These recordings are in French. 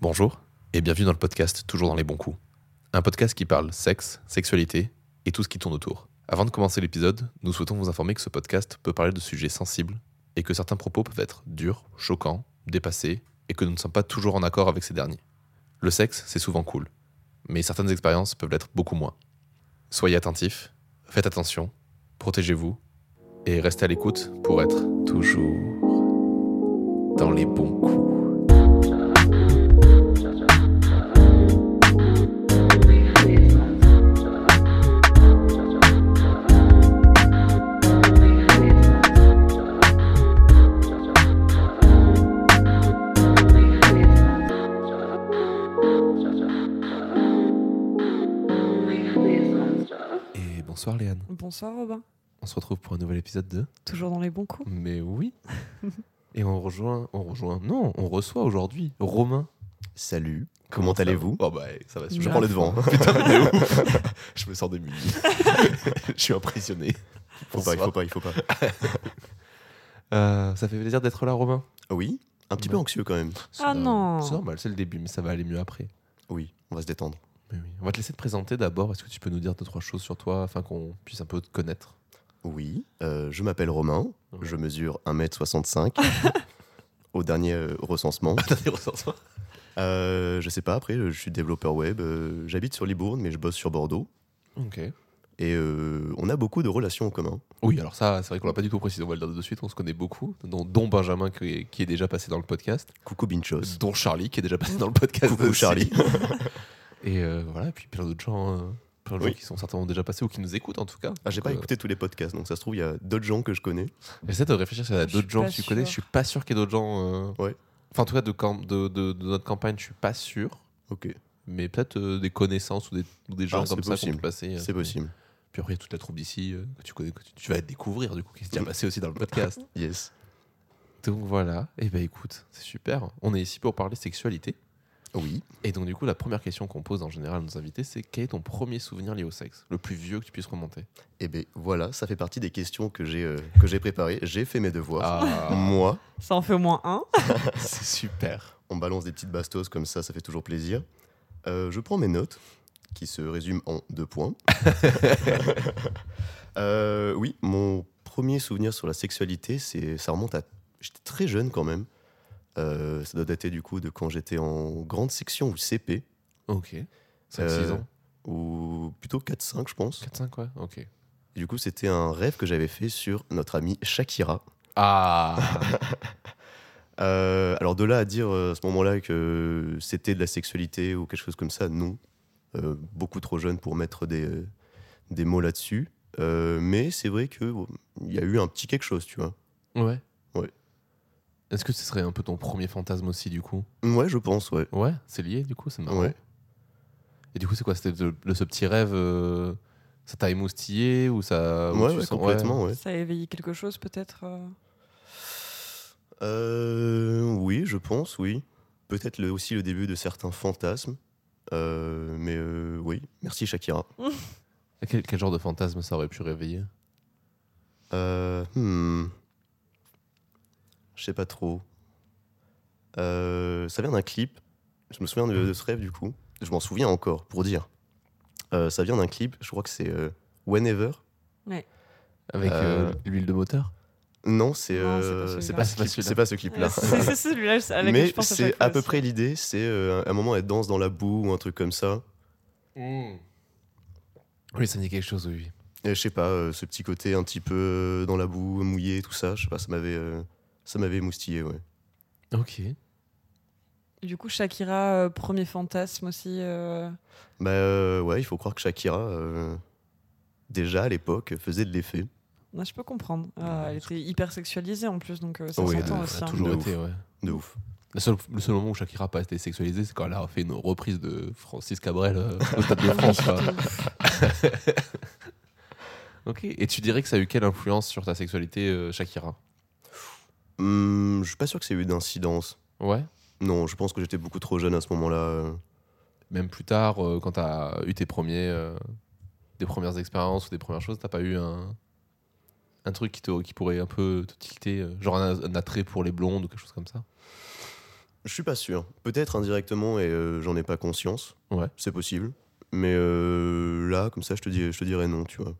Bonjour et bienvenue dans le podcast Toujours dans les bons coups. Un podcast qui parle sexe, sexualité et tout ce qui tourne autour. Avant de commencer l'épisode, nous souhaitons vous informer que ce podcast peut parler de sujets sensibles et que certains propos peuvent être durs, choquants, dépassés et que nous ne sommes pas toujours en accord avec ces derniers. Le sexe, c'est souvent cool, mais certaines expériences peuvent l'être beaucoup moins. Soyez attentifs, faites attention, protégez-vous et restez à l'écoute pour être toujours dans les bons coups. Et bonsoir Léane. Bonsoir Robin, On se retrouve pour un nouvel épisode de toujours dans les bons coups. Mais oui. Et on rejoint, on rejoint. Non, on reçoit aujourd'hui Romain. Salut, comment ça allez-vous va Oh bah ça va Je super. prends hein. le devant. Putain, mais t'es ouf. Je me sens démuni. Je suis impressionné. faut pas, il faut pas, il faut pas. Euh, ça fait plaisir d'être là, Romain. Ah Oui, un petit peu Bah. anxieux quand même. C'est Ah normal. non. C'est normal, c'est le début, mais ça va aller mieux après. Oui, on va se détendre. Mais oui. On va te laisser te présenter d'abord. Est-ce que tu peux nous dire deux trois choses sur toi afin qu'on puisse un peu te connaître Oui, euh, je m'appelle Romain, Ouais. je mesure 1m65 au dernier euh, recensement. Dernier recensement. Euh, je sais pas, après, euh, je suis développeur web, euh, j'habite sur Libourne, mais je bosse sur Bordeaux. Ok. Et euh, on a beaucoup de relations en commun. Oui, alors ça, c'est vrai qu'on l'a pas du tout précisé, on va le dire de suite, on se connaît beaucoup, dont, dont Benjamin qui est, qui est déjà passé dans le podcast, Coucou Binchos. dont Charlie qui est déjà passé dans le podcast. Coucou aussi. Charlie. Et euh, voilà, et puis plein d'autres gens, euh, plein de gens Oui. qui sont certainement déjà passés ou qui nous écoutent en tout cas. Ah, J'ai pas Donc, euh, écouté tous les podcasts, donc ça se trouve, il y a d'autres gens que je connais. J'essaie de réfléchir s'il y a Je d'autres suis gens pas que tu connais, je sûre. suis pas sûr qu'il y ait d'autres gens. euh, Ouais. Enfin, en tout cas, de, camp- de, de- de notre campagne, je suis pas sûr. Ok, Mais peut-être euh, des connaissances ou des, ou des gens Ah, c'est comme ça qui possible. sont passés. euh, c'est possible. Puis après, il y a toute la troupe d'ici euh, que tu connais, que tu, tu vas découvrir du coup, qui est déjà passé aussi dans le podcast. Yes. Donc voilà, et ben écoute, c'est super. On est ici pour parler sexualité. Oui. Et donc du coup, la première question qu'on pose en général à nos invités, c'est quel est ton premier souvenir lié au sexe Le plus vieux que tu puisses remonter Et bien Eh ben, voilà, ça fait partie des questions que j'ai euh, que j'ai préparées. J'ai fait mes devoirs. Ah, Moi, Ça en fait au moins un. c'est super. on balance des petites bastos comme ça, ça fait toujours plaisir. Euh, je prends mes notes, qui se résument en deux points. Euh, oui, mon premier souvenir sur la sexualité, c'est ça remonte à... J'étais très jeune quand même. Euh, ça doit dater du coup de quand j'étais en grande section ou CP, Ok. 5-6 Euh, ans ou plutôt 4-5 je pense. 4-5 ouais Ok. Et du coup, c'était un rêve que j'avais fait sur notre amie Shakira. Ah Euh, alors de là à dire euh, à ce moment-là que c'était de la sexualité ou quelque chose comme ça, non. Euh, beaucoup trop jeune pour mettre des, euh, des mots là-dessus. Euh, mais c'est vrai qu'il y a eu un petit quelque chose, tu vois. Ouais. Ouais. Est-ce que ce serait un peu ton premier fantasme aussi du coup Ouais, je pense, ouais. Ouais, c'est lié du coup, c'est marrant. Ouais. Et du coup, c'est quoi C'était le, le- ce petit rêve euh, Ça t'a émoustillé ou ça ou ouais, Ah, tu ouais, sens- complètement, ouais. Ça a éveillé quelque chose peut-être. euh, Euh, oui, je pense, oui. Peut-être le- aussi le début de certains fantasmes. Euh, mais euh, oui, merci Shakira. Quel, quel genre de fantasme ça aurait pu réveiller Euh, hmm. Je sais pas trop. Euh, ça vient d'un clip. Je me souviens de, de ce rêve du coup. Je m'en souviens encore, pour dire. Euh, ça vient d'un clip, je crois que c'est euh, Whenever. Avec Euh, euh, l'huile de moteur Non, c'est Non, c'est pas euh, c'est celui-là. pas, Ah, ce c'est pas clip- celui-là. c'est pas ce clip-là. C'est c'est celui-là à laquelle Mais je pense à c'est chaque à fois peu aussi. près l'idée. C'est euh, à un moment, elle danse dans la boue ou un truc comme ça. Hmm. Oui, ça dit quelque chose, oui. Et je sais pas, euh, ce petit côté un petit peu euh, dans la boue, mouillé, tout ça. Je sais pas, ça m'avait euh, ça m'avait moustillé, ouais. Ok. Du coup, Shakira, euh, premier fantasme aussi. euh, Bah euh, ouais, il faut croire que Shakira, euh, déjà à l'époque, faisait de l'effet. ouais, je peux comprendre. Ah, Ouais, elle je- était hyper sexualisée en plus, donc euh, ça Oui, s'entend de- aussi. ça a hein. toujours De été, ouais. De ouf. Le seul, le seul moment où Shakira n'a pas été sexualisée, c'est quand elle a fait une reprise de Francis Cabrel euh, au Stade de France. quoi. ok. Et tu dirais que ça a eu quelle influence sur ta sexualité, euh, Shakira Hum, je suis pas sûr que c'est eu d'incidence. Ouais. Non, je pense que j'étais beaucoup trop jeune à ce moment-là. euh. Même plus tard, euh, quand tu as eu tes premiers, euh, des premières expériences ou des premières choses, t'as pas eu un, un truc qui, te, qui pourrait un peu te tilter, euh, genre un, un attrait pour les blondes ou quelque chose comme ça Je suis pas sûr. Peut-être indirectement et euh, j'en ai pas conscience. Ouais. C'est possible. Mais euh, là, comme ça, je te, dis, je te dirais non, tu vois.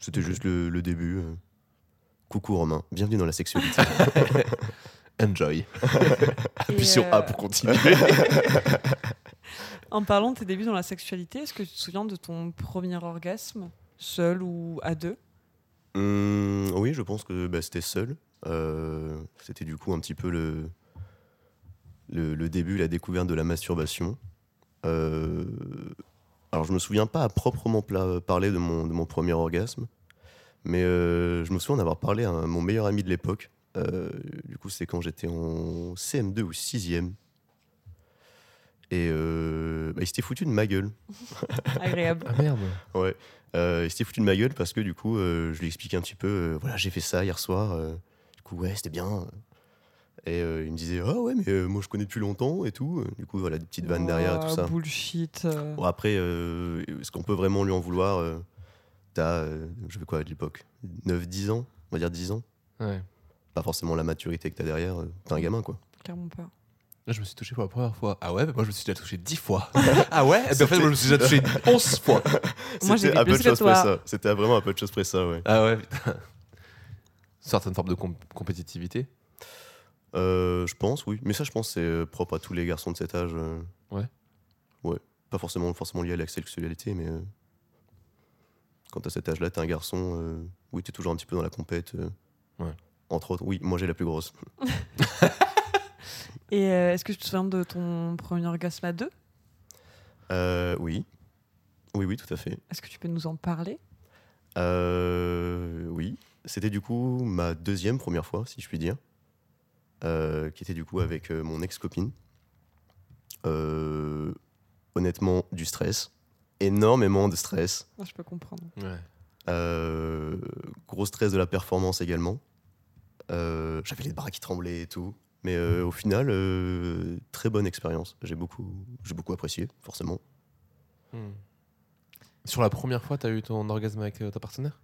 C'était Ok. juste le, le début. euh. Coucou Romain, bienvenue dans la sexualité. Enjoy. Et, Puis sur euh, A pour continuer. En parlant de tes débuts dans la sexualité, est-ce que tu te souviens de ton premier orgasme, seul ou à deux Hum, oui, je pense que bah, c'était seul. Euh, c'était du coup un petit peu le, le, le début, la découverte de la masturbation. Euh, alors, je me souviens pas à proprement pla- parler de mon, de mon premier orgasme, mais euh, je me souviens d'avoir parlé à un- mon meilleur ami de l'époque. Euh, du coup, c'est quand j'étais en CM2 ou 6e. Et euh, bah, il s'était foutu de ma gueule. Agréable. Ah merde. Ouais. Euh, il s'était foutu de ma gueule parce que du coup, euh, je lui expliquais un petit peu, euh, voilà, j'ai fait ça hier soir. euh, du coup, ouais, c'était bien. Et euh, il me disait, ah ouais, mais euh, moi je connais depuis longtemps et tout. Du coup, voilà, des petites vannes derrière et tout Oh, ça. Bullshit. euh. Bon, après, euh, est-ce qu'on peut vraiment lui en vouloir euh, T'as, euh, je veux quoi à l'époque 9-10 ans On va dire 10 ans Ouais. Pas forcément la maturité que t'as derrière. euh, T'es un gamin, quoi. Clairement pas. Là, je me suis touché pour la première fois. Ah ouais, bah, moi je me suis déjà touché 10 fois. ah ouais Eh ben, En fait, moi je me suis déjà touché 11 fois. Moi, C'était j'étais à peu plus de que choses toi. près ça. C'était vraiment à peu de choses près ça, ouais. Ah ouais, putain. Certaines formes de com- compétitivité. Euh, je pense, oui. Mais ça, je pense, c'est euh, propre à tous les garçons de cet âge. euh. Ouais. Ouais. Pas forcément, forcément lié à la sexualité, mais euh, quand t'as cet âge-là, t'es un garçon, euh, oui, t'es toujours un petit peu dans la compète. euh. Ouais. Entre autres, oui, moi j'ai la plus grosse. Et euh, est-ce que tu te souviens de ton premier orgasme à deux Euh, oui. Oui, oui, tout à fait. Est-ce que tu peux nous en parler Euh, oui. C'était du coup ma deuxième première fois, si je puis dire, euh, qui était du coup avec euh, mon ex-copine. Euh, honnêtement, du stress. Énormément de stress. Moi, Je peux comprendre. Ouais. Euh, gros stress de la performance également. Euh, J'avais les bras qui tremblaient et tout. Mais euh, au final, euh, très bonne expérience. J'ai beaucoup, j'ai beaucoup apprécié, forcément. Hmm. Sur la première fois, t'as eu ton orgasme avec euh, ta partenaire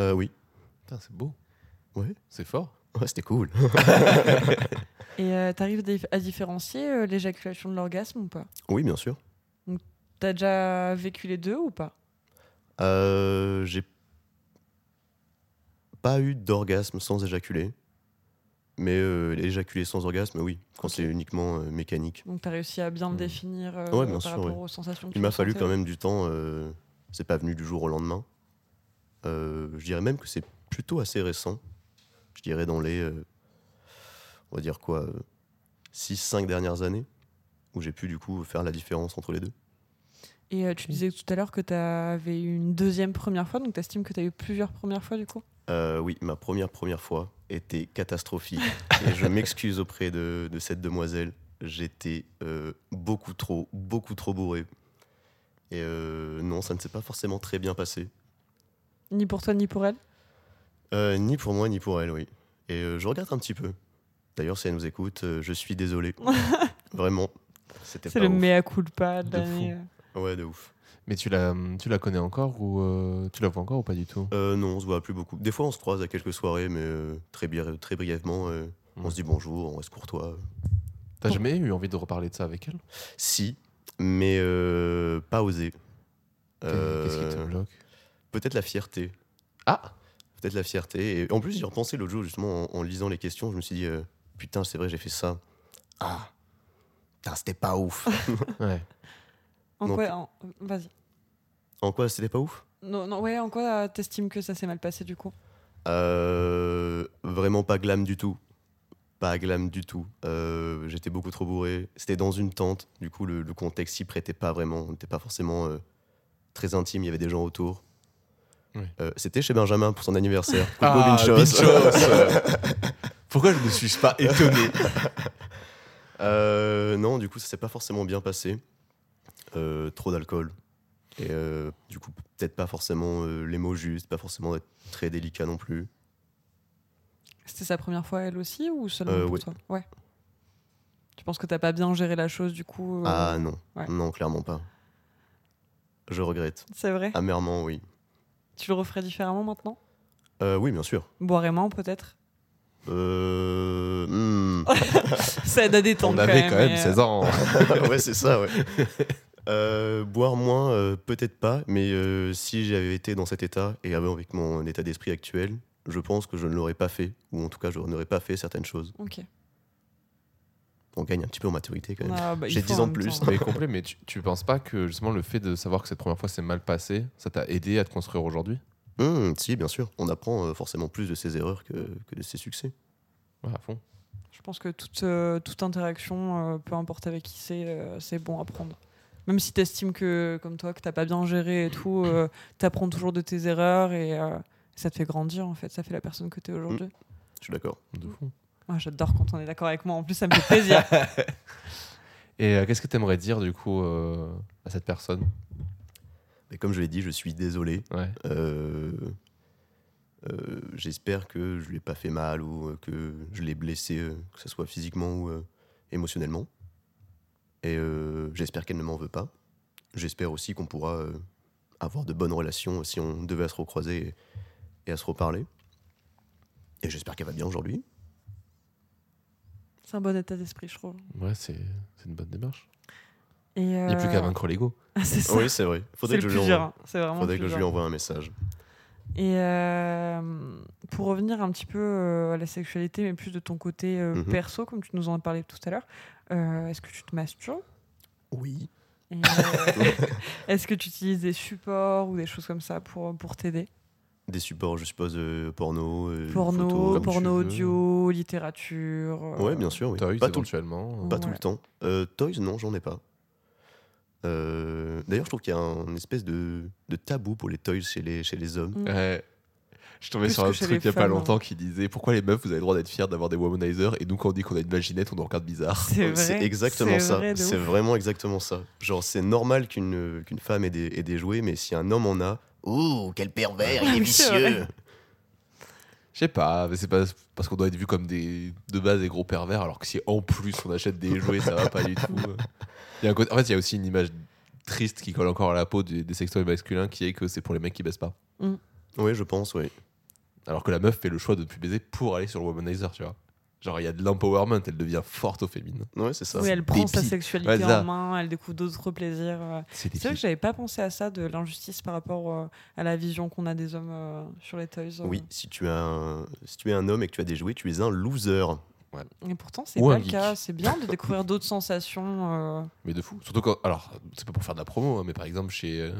Euh, oui, Putain, c'est beau. Ouais. C'est fort. ouais, c'était cool. Et tu t'arrives dif- à différencier euh, l'éjaculation de l'orgasme ou pas oui, bien sûr. T'as déjà vécu les deux ou pas Euh, j'ai pas eu d'orgasme sans éjaculer. Mais euh, éjaculer sans orgasme, oui, quand c'est uniquement euh, mécanique. Donc t'as réussi à bien le Mm. définir euh, Mmh. Ouais, bien par sûr, rapport ouais. aux sensations que Il tu m'a fallu ressentais quand même du temps. euh, c'est pas venu du jour au lendemain. Euh, je dirais même que c'est plutôt assez récent. Je dirais dans les, euh, on va dire quoi, 6-5 dernières années, où j'ai pu du coup faire la différence entre les deux. Et euh, tu disais tout à l'heure que t'avais eu une deuxième première fois, donc t'estimes que t'as eu plusieurs premières fois du coup Euh, oui, ma première première fois était catastrophique. et je m'excuse auprès de, de cette demoiselle. J'étais euh, beaucoup trop, beaucoup trop bourré. Et euh, non, ça ne s'est pas forcément très bien passé. Ni pour toi ni pour elle Euh, ni pour moi, ni pour elle, oui. Et euh, je regrette un petit peu. D'ailleurs, si elle nous écoute, euh, je suis désolé. Vraiment. C'était C'est pas le ouf. mea culpa de De l'année, fou. euh. Ouais, de ouf. Mais tu la, tu la connais encore ou euh, tu la vois encore ou pas du tout Euh, non, on se voit plus beaucoup. Des fois, on se croise à quelques soirées, mais euh, très, bri- très brièvement. euh, On Ouais. se dit bonjour, on reste courtois. T'as Pour- jamais eu envie de reparler de ça avec elle Si, mais euh, pas osé. Qu'est-ce qui te Euh, bloque Peut-être la fierté. Ah Peut-être la fierté. Et en plus, j'y repensais l'autre jour, justement, en, en lisant les questions, je me suis dit, euh, putain, c'est vrai, j'ai fait ça. Ah, putain, c'était pas ouf. Ouais. En Donc- quoi en- Vas-y. en quoi, c'était pas ouf Non, non, ouais, en quoi euh, t'estimes que ça s'est mal passé du coup Euh, vraiment pas glam du tout. Pas glam du tout. Euh, J'étais beaucoup trop bourré. C'était dans une tente. Du coup, le, le contexte s'y prêtait pas vraiment. On n'était pas forcément euh, très intime. Il y avait des gens autour. Oui. Euh, C'était chez Benjamin pour son anniversaire. Coucou, Ah, Binchos. Binchos. Pourquoi je ne suis pas étonné Euh, non, du coup, ça s'est pas forcément bien passé. Euh, trop d'alcool. Et euh, du coup, peut-être pas forcément euh, les mots justes, pas forcément être très délicat non plus. C'était sa première fois elle aussi ou seulement Euh, pour oui. toi Ouais. Tu penses que t'as pas bien géré la chose du coup euh, Ah non, Ouais. non, clairement pas. Je regrette. C'est vrai Amèrement, oui. Tu le referais différemment maintenant Euh, oui, bien sûr. Boire et main peut-être Euh, hmm, Ça aide à détendre. On avait quand quand même mais, euh, 16 ans. hein. ouais, c'est ça, ouais. Euh, boire moins, euh, peut-être pas, mais euh, si j'avais été dans cet état et avec mon état d'esprit actuel, je pense que je ne l'aurais pas fait, ou en tout cas, je n'aurais pas fait certaines choses. Ok. On gagne un petit peu en maturité quand même. Ah, bah, il J'ai faut 10 en ans même de plus. temps. mais complet, mais tu, tu penses pas que justement le fait de savoir que cette première fois s'est mal passée, ça t'a aidé à te construire aujourd'hui Hum, si, bien sûr, on apprend euh, forcément plus de ses erreurs que, que de ses succès. Ouais, à fond. Je pense que toute, euh, toute interaction, euh, peu importe avec qui c'est, euh, c'est bon à prendre. Même si tu estimes que, comme toi, que t'as pas bien géré et tout, tu apprends toujours de tes erreurs et euh, ça te fait grandir en fait. Ça fait la personne que tu es aujourd'hui. Je suis d'accord. De fou. Moi, j'adore quand on est d'accord avec moi. En plus, ça me fait plaisir. Et euh, qu'est-ce que t'aimerais dire du coup euh, à cette personne Mais comme je l'ai dit, je suis désolé. Ouais. Euh, euh, J'espère que je ne l'ai pas fait mal ou euh, que je l'ai blessé, euh, que ce soit physiquement ou euh, émotionnellement. Et euh, j'espère qu'elle ne m'en veut pas. J'espère aussi qu'on pourra euh, avoir de bonnes relations si on devait à se recroiser et, et à se reparler. Et j'espère qu'elle va bien aujourd'hui. c'est un bon état d'esprit, je trouve. Ouais, c'est c'est une bonne démarche. Et, Il n'y a plus qu'à euh, vaincre l'ego. Ah, c'est ça. Oui, c'est vrai. c'est Faudrait le que, je plus lui, dur. envoie, hein. C'est vraiment faudrait le que plus je lui dur. envoie un message. Et euh, pour revenir un petit peu euh, à la sexualité, mais plus de ton côté euh, Mhm. perso, comme tu nous en as parlé tout à l'heure, euh, est-ce que tu te masturbes Oui. Et, euh, Est-ce que tu utilises des supports ou des choses comme ça pour, pour t'aider Des supports, je suppose, euh, porno, euh, Porno, photos. comme tu porno veux. audio, littérature. euh, Ouais, bien sûr. Oui. T'as eu Pas tout le éventuellement. Pas tout Ouais. le temps. Euh, Toys, non, j'en ai pas. Euh, D'ailleurs, je trouve qu'il y a un espèce de, de tabou pour les toys chez les, chez les hommes. Ouais. Je tombais Plus sur un Mm. que chez truc il les n'y a pas femmes, hein. longtemps qui disait pourquoi les meufs vous avez le droit d'être fiers d'avoir des womanizers et nous quand on dit qu'on a une vaginette on nous regarde bizarre. C'est Donc, vrai. exactement c'est ça. vrai de c'est ouf. vraiment exactement ça. Genre, c'est normal qu'une euh, qu'une femme ait des, ait des jouets, mais si un homme en a, ouh, quel pervers, il est Oui, c'est vicieux. Je sais pas, mais c'est pas parce qu'on doit être vu comme des de base des gros pervers alors que si en plus on achète des jouets ça va pas du tout. Il y a un côté- En fait il y a aussi une image triste qui colle encore à la peau des, des sextoys masculins qui est que c'est pour les mecs qui baissent pas. Oui, je pense, oui. Alors que la meuf fait le choix de ne plus baiser pour aller sur le womanizer, tu vois. Genre il y a de l'empowerment, elle devient forte au féminin. Ouais, c'est ça. Oui, elle prend sa dépit. sexualité Ouais, c'est ça. en main, elle découvre d'autres plaisirs. euh. C'est des C'est vrai que filles. j'avais pas pensé à ça, de l'injustice par rapport euh, à la vision qu'on a des hommes euh, sur les toys. euh. Oui, si tu, as un, si tu es un homme et que tu as des jouets, tu es un loser. Et pourtant, c'est Ou un pas le geek. cas. C'est bien de découvrir d'autres sensations. euh. Mais de fou. Surtout quand. Alors, c'est pas pour faire de la promo, hein, mais par exemple, chez. euh,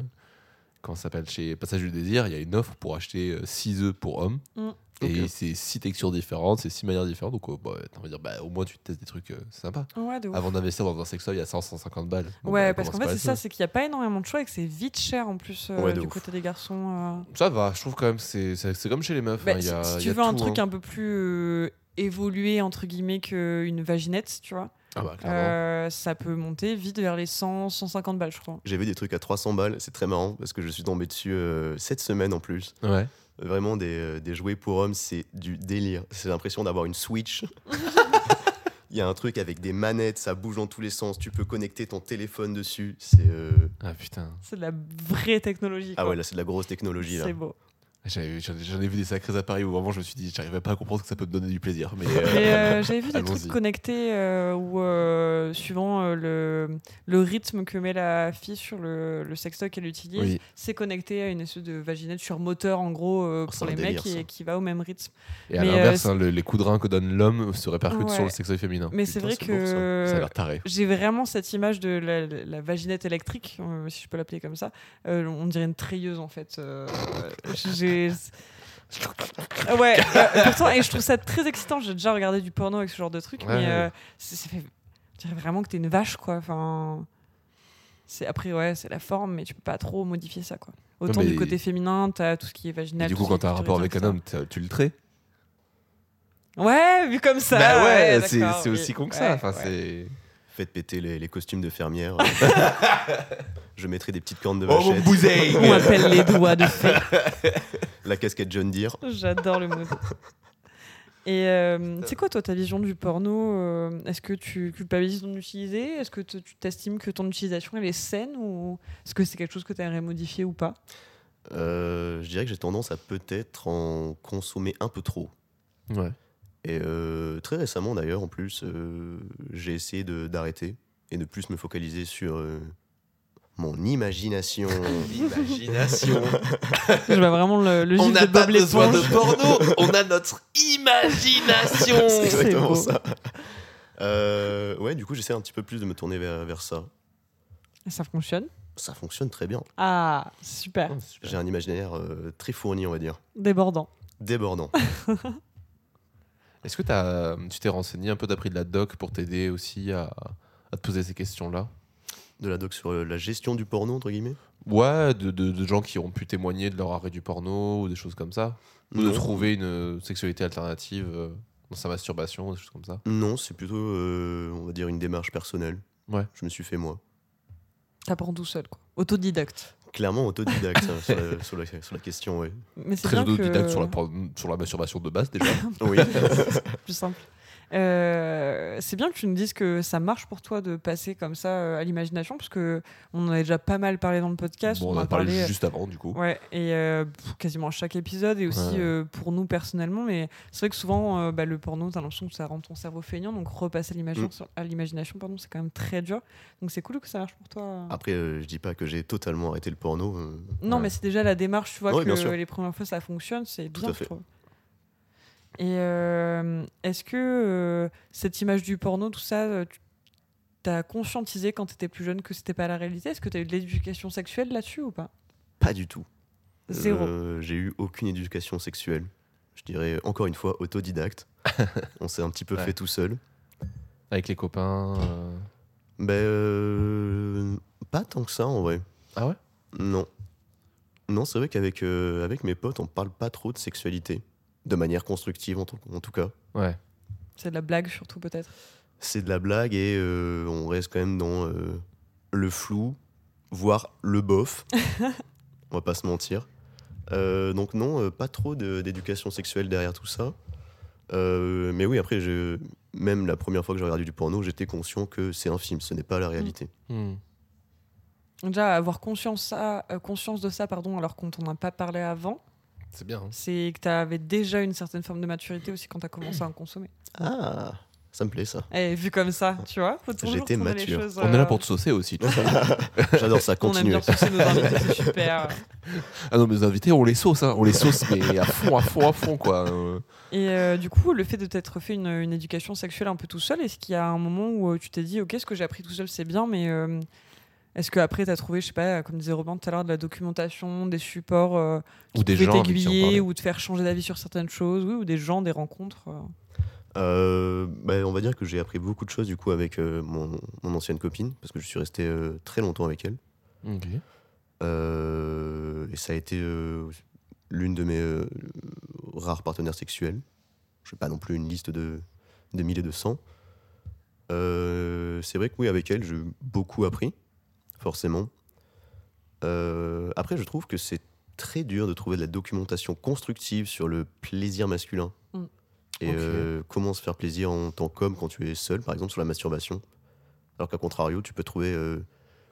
comment ça s'appelle Chez Passage du Désir, il y a une offre pour acheter 6 œufs pour hommes. Mm. Et Ok. c'est 6 textures différentes, c'est 6 manières différentes. Donc, euh, bah, t'as envie de dire, bah, au moins, tu testes des trucs euh, sympas. Ouais, de ouf. Avant d'investir dans un sextoy à 100, 150 balles. Bon, ouais, bah, parce qu'en commence fait, pas c'est ça, là-dessus. c'est qu'il n'y a pas énormément de choix et que c'est vite cher en plus euh, Ouais, de du ouf. côté des garçons. euh. Ça va, je trouve quand même, c'est c'est- c'est comme chez les meufs. Bah, hein, il y si, a- si il y tu a veux un tout, truc hein. un peu plus euh, évolué, entre guillemets, qu'une vaginette, tu vois, Ah bah, clairement. euh, ça peut monter vite vers les 100, 150 balles, je crois. J'ai vu des trucs à 300 balles, c'est très marrant parce que je suis tombé dessus euh, cette semaine en plus. Ouais. Vraiment, des, euh, des jouets pour hommes, c'est du délire. C'est l'impression d'avoir une Switch. Il y a un truc avec des manettes, ça bouge dans tous les sens, tu peux connecter ton téléphone dessus. C'est. euh, Ah putain. C'est de la vraie technologie. Ah quoi. ouais, là, c'est de la grosse technologie. Là. C'est beau. J'avais- J'en j'en ai vu des sacrés à Paris où vraiment je me suis dit, j'arrivais pas à comprendre que ça peut me donner du plaisir. Mais. euh, Mais euh, j'avais vu des trucs Allons-y. connectés euh, où, euh, suivant euh, le, le rythme que met la fille sur le, le sextoy qu'elle utilise, Oui. c'est connecté à une espèce de vaginette sur moteur, en gros, Ah, euh, Oh, c'est pour un les délire, mecs et ça. qui va au même rythme. Et à Mais, euh, l'inverse, c'est- hein, le- les coups de rein que donne l'homme se répercutent sur Ouais. le sextoy féminin. Mais c'est Putain, vrai c'est beau, ça. que Ça a l'air taré. j'ai vraiment cette image de la, la vaginette électrique, euh, si je peux l'appeler comme ça. Euh, on dirait une treilleuse en fait. euh, j'ai- Ouais, euh, pourtant, et je trouve ça très excitant. J'ai déjà regardé du porno avec ce genre de truc, Ouais, mais ouais. euh, ça, ça fait. On dirait vraiment que t'es une vache quoi. Enfin. C'est, après, ouais, c'est la forme, mais tu peux pas trop modifier ça quoi. Autant mais- du côté féminin, t'as tout ce qui est Et vaginal. du tout coup, ce qui quand est t'as un rapport avec un clitoris, homme, t'as- tu le traites. etc. Ouais, vu comme ça. Bah ouais, d'accord, c'est c'est oui. aussi con que Ouais, ça. Enfin, ouais. c'est. Faites péter les, les costumes de fermière. je mettrai des petites cornes de Oh mon vachette. bouseigne On appelle les doigts de fée. la casquette John Deere. J'adore le mot. Et euh, c'est quoi toi ta vision du porno euh, Est-ce que tu culpabilises d'en utiliser Est-ce que te- tu t'estimes que ton utilisation elle est saine ou est-ce que c'est quelque chose que tu aimerais modifier ou pas Euh, je dirais que j'ai tendance à peut-être en consommer un peu trop. Ouais. Et euh, très récemment, d'ailleurs, en plus, euh, j'ai essayé de- d'arrêter et de plus me focaliser sur euh, mon imagination. L'imagination. Je vois vraiment le, le gif de Bob l'éponge. porno, on a notre imagination. C'est exactement beau. ça. Euh, ouais, du coup, j'essaie un petit peu plus de me tourner vers, vers ça. Et ça fonctionne. Ça fonctionne très bien. Ah, super. J'ai un imaginaire euh, très fourni, on va dire. Débordant. Débordant. Est-ce que t'as- tu t'es renseigné un peu, t'as pris de la doc pour t'aider aussi à, à te poser ces questions-là De la doc sur euh, la gestion du porno, entre guillemets Ouais, de, de- de gens qui ont pu témoigner de leur arrêt du porno ou des choses comme ça. Ou de Non. trouver une euh, sexualité alternative euh, dans sa masturbation, des choses comme ça. Non, c'est plutôt, euh, on va dire, une démarche personnelle. Ouais. Je me suis fait moi. T'apprends tout seul, quoi. Autodidacte. Clairement autodidacte hein, sur, la, sur la- sur la question, ouais. Mais c'est Très bien autodidacte que... sur, la, pro- sur la masturbation de base déjà. Oui. plus simple. Euh, c'est bien que tu nous dises que ça marche pour toi de passer comme ça euh, à l'imagination, parce que on en a déjà pas mal parlé dans le podcast. Bon, on en a parlé juste avant du coup. euh. Ouais, et euh, pff, quasiment à chaque épisode, et aussi Ouais. euh, pour nous personnellement. Mais c'est vrai que souvent, euh, bah, le porno, t'as l'impression que ça rend ton cerveau feignant, donc repasser à Mm. l'imagination- à l'imagination, pardon, c'est quand même très dur. Donc c'est cool que ça marche pour toi. Après, euh, je dis pas que j'ai totalement arrêté le porno. euh, Non, Ouais. mais c'est déjà la démarche, tu vois, Ouais, bien que sûr. les premières fois ça fonctionne, c'est Tout bien, à je fait. trouve. Et euh, est-ce que euh, cette image du porno, tout ça, euh, tu- t'as conscientisé quand t'étais plus jeune que c'était pas la réalité Est-ce que t'as eu de l'éducation sexuelle là-dessus ou pas pas du tout. Zéro. Euh, j'ai eu aucune éducation sexuelle. Je dirais, encore une fois, autodidacte. on s'est un petit peu Ouais. fait tout seul. Avec les copains. euh, Ben, euh, pas tant que ça, en vrai. Ah ouais Non. Non, c'est vrai qu'avec euh, avec mes potes, on parle pas trop de sexualité. De manière constructive, en, tout- en tout cas. Ouais. C'est de la blague surtout peut-être. C'est de la blague et euh, on reste quand même dans euh, le flou, voire le bof. on va pas se mentir. Euh, donc non, euh, pas trop de- d'éducation sexuelle derrière tout ça. Euh, mais oui, après, je- même la première fois que j'ai regardé du porno, j'étais conscient que c'est un film, ce n'est pas la réalité. Hmm. Déjà, avoir conscience, ça, euh, conscience de ça, pardon, alors qu'on t'en a pas parlé avant, C'est bien. hein. c'est que t'avais déjà une certaine forme de maturité aussi quand t'as commencé à en consommer. Ah, ça me plaît ça. Et vu comme ça, tu vois, faut toujours J'étais tourner les mature. choses, On est là euh, pour te saucer aussi. tu sais. J'adore ça, On aime continuez. bien saucer nos invités, c'est super. ah non, mais les invités, on les sauce, hein. on les sauce, mais à fond, à fond, à fond quoi. Euh, Et euh, du coup, le fait de t'être fait une, une éducation sexuelle un peu tout seul, est-ce qu'il y a un moment où euh, tu t'es dit, ok, ce que j'ai appris tout seul, c'est bien, mais euh, est-ce qu'après, t'as trouvé, je sais pas, comme disait Robin tout à l'heure, de la documentation, des supports euh, qui Ou des pouvaient gens avec qui on t'aiguiller parlait. ou te faire changer d'avis sur certaines choses, oui, ou des gens, des rencontres euh. Euh, bah, on va dire que j'ai appris beaucoup de choses du coup avec euh, mon, mon ancienne copine, parce que je suis resté euh, très longtemps avec elle. Ok. Euh, et ça a été euh, l'une de mes euh, rares partenaires sexuels. Je n'ai pas non plus une liste de, de 1000 et de 100. Euh, c'est vrai que oui, avec elle, j'ai beaucoup appris, forcément. Euh, après, je trouve que c'est très dur de trouver de la documentation constructive sur le plaisir masculin. Mm. Et Ok. euh, comment se faire plaisir en tant qu'homme quand tu es seul, par exemple sur la masturbation. Alors qu'à contrario, tu peux trouver euh,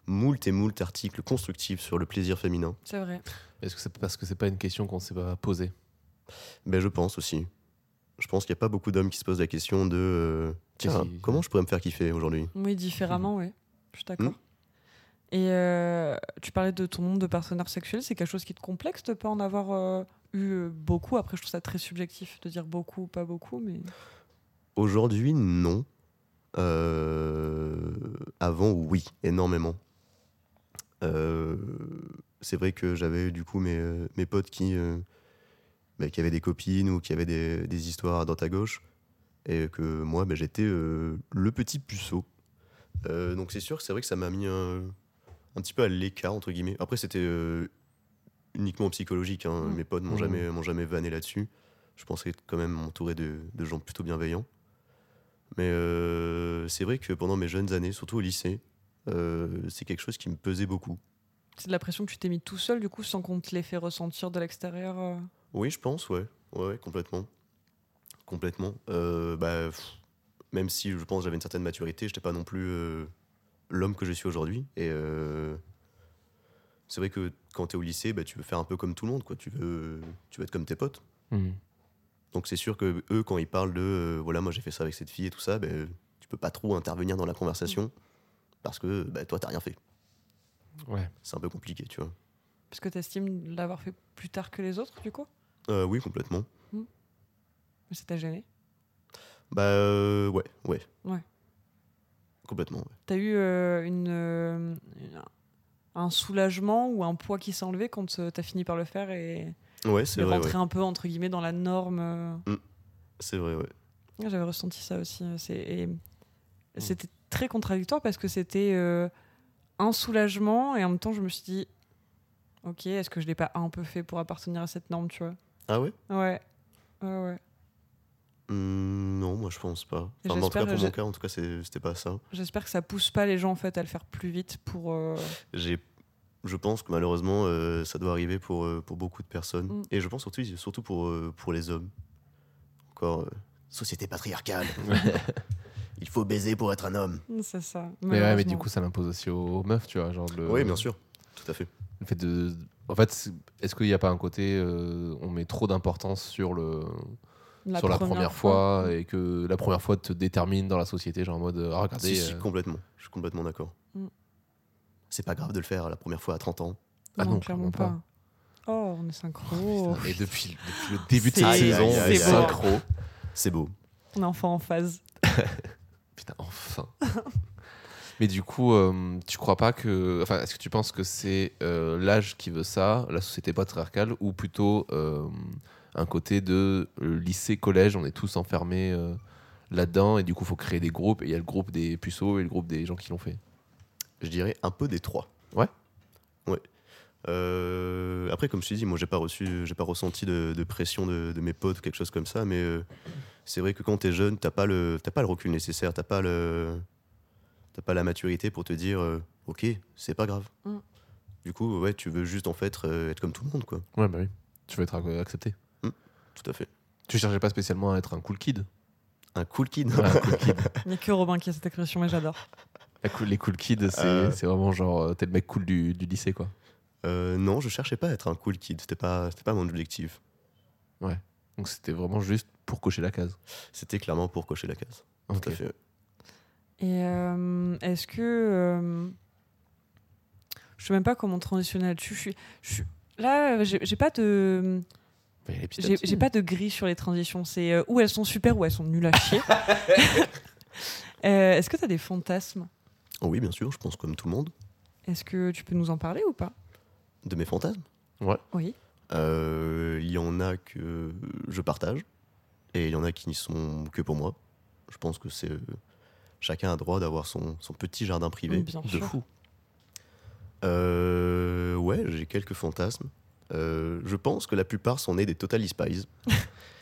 moult et moult articles constructifs sur le plaisir féminin. C'est vrai. Est-ce que c'est parce que c'est pas une question qu'on s'est pas posée Ben, je pense aussi. Je pense qu'il n'y a pas beaucoup d'hommes qui se posent la question de euh, tiens, Qu'est-ce qui- comment je pourrais me faire kiffer aujourd'hui Oui, différemment, Mhm. oui. Je suis d'accord. Et euh, tu parlais de ton nombre de partenaires sexuels, c'est quelque chose qui te complexe de pas en avoir euh, eu euh, beaucoup. Après, je trouve ça très subjectif de dire beaucoup ou pas beaucoup, mais. Aujourd'hui, non. Euh, avant, oui, énormément. Euh, c'est vrai que j'avais du coup mes, euh, mes potes qui, euh, bah, qui avaient des copines ou qui avaient des, des histoires à droite à gauche. Et que moi, bah, j'étais euh, le petit puceau. Euh, donc c'est sûr que c'est vrai que ça m'a mis un, un petit peu à l'écart, entre guillemets. Après, c'était euh, uniquement psychologique. hein. Mm. Mes potes m'ont Mm. jamais, m'ont jamais vanné là-dessus. Je pensais être quand même m'entourer de, de gens plutôt bienveillants. Mais euh, c'est vrai que pendant mes jeunes années, surtout au lycée, euh, c'est quelque chose qui me pesait beaucoup. C'est de la pression que tu t'es mis tout seul, du coup, sans qu'on te l'ait fait ressentir de l'extérieur. euh. Oui, je pense, ouais. Ouais, ouais, complètement. Complètement. Euh, bah, pff, même si je pense que j'avais une certaine maturité, j'étais pas non plus euh, l'homme que je suis aujourd'hui. Et euh, c'est vrai Hmm. que quand t'es au lycée, bah, tu veux faire un peu comme tout le monde, quoi. Tu veux, tu veux être comme tes potes. Donc c'est sûr que eux, quand ils parlent de euh, voilà, moi j'ai fait ça avec cette fille et tout ça, ben, tu peux pas trop intervenir dans la conversation parce que ben, toi t'as rien fait. Ouais. C'est un peu compliqué, tu vois. Parce que t'estimes l'avoir fait plus tard que les autres, du coup Euh, oui, complètement. Mais ça t'a gêné Bah euh, ouais, ouais. Ouais. Complètement, ouais. T'as eu euh, une, euh, une- un soulagement ou un poids qui s'est enlevé quand euh, t'as fini par le faire et Ouais, c'est de vrai, ouais. rentrer un peu entre guillemets dans la norme. euh. C'est vrai, ouais. Ouais, J'avais ressenti ça aussi. euh, c'est- et Mm. C'était très contradictoire parce que c'était euh, un soulagement et en même temps je me suis dit, ok, est-ce que je l'ai pas un peu fait pour appartenir à cette norme, tu vois Ah ouais Ouais. Ouais, ouais. Hum, Non, moi je pense pas. Et Enfin, mais en tout j'espère cas, que pour j'ai- mon cas, en tout cas, c'est- c'était pas ça. J'espère que ça pousse pas les gens en fait à le faire plus vite pour. euh, j'ai je pense que malheureusement euh, ça doit arriver pour, euh, pour beaucoup de personnes Mm. et je pense surtout surtout pour, euh, pour les hommes encore euh, société patriarcale il faut baiser pour être un homme C'est Mais ça. ouais, mais du malheureusement. coup, ça l'impose aussi aux meufs, tu vois. Genre le... Euh, oui bien sûr tout à fait Le fait de. En fait, c'est- est-ce qu'il n'y a pas un côté. euh, on met trop d'importance sur, le... sur la première fois, et que la première fois te détermine dans la société, genre en mode. Ah, regardez. Si, si, euh, complètement je suis complètement d'accord Mm. c'est pas grave de le faire la première fois à 30 ans Ah non, clairement Oh, on est synchro. putain, Et depuis, depuis le début de C'est- cette Aïe, saison, aïe, on aïe, est c'est beau. synchro. c'est beau on est enfin en phase. Putain, enfin. Mais du coup, euh, tu crois pas que. Enfin, est-ce que tu penses que c'est euh, l'âge qui veut ça, la société patriarcale, ou plutôt euh, un côté de euh, lycée, collège, on est tous enfermés euh, là-dedans, et du coup, il faut créer des groupes, et il y a le groupe des puceaux et le groupe des gens qui l'ont fait. je dirais un peu des trois. Ouais. Ouais. Euh, après, comme je te dis, moi, j'ai pas reçu, j'ai pas ressenti de, de pression de, de mes potes ou quelque chose comme ça, mais euh, c'est vrai que quand t'es jeune, t'as pas le, t'as pas le recul nécessaire, t'as pas le, t'as pas la maturité pour te dire, euh, ok, c'est pas grave. Mm. Du coup, ouais, tu veux juste en fait euh, être comme tout le monde, quoi. Ouais, bah oui. Tu veux être ac- accepté. Tout à fait. Tu cherchais pas spécialement à être un cool kid. Un cool kid. Voilà, un cool kid. Il n'y a que Robin qui a cette expression, mais j'adore. La cool- les cool kids, c'est Euh. c'est vraiment genre, euh, t'es le mec cool du, du lycée, quoi. Euh, non, je cherchais pas à être un cool kid. C'était pas, c'était pas mon objectif. Donc c'était vraiment juste pour cocher la case. C'était clairement pour cocher la case. Ok. Tout à fait. Et euh, est-ce que. euh, je sais même pas comment transitionner là-dessus. Je suis, je suis- là, j'ai j'ai pas de. Bah, il y a les petites J'ai tapines. j'ai pas de grille sur les transitions. C'est euh, ou elles sont super ou elles sont nulles à chier. Euh, Est-ce que t'as des fantasmes Oh oui, bien sûr. Je pense comme tout le monde. Est-ce que tu peux nous en parler ou pas De mes fantasmes. Oui. Euh, Il y en a que je partage et il y en a qui n'y sont que pour moi. Je pense que c'est euh, chacun a droit d'avoir son, son petit jardin privé. Bien De sûr. fou. Euh, ouais, j'ai quelques fantasmes. Euh, je pense que la plupart sont nés des Total Spies.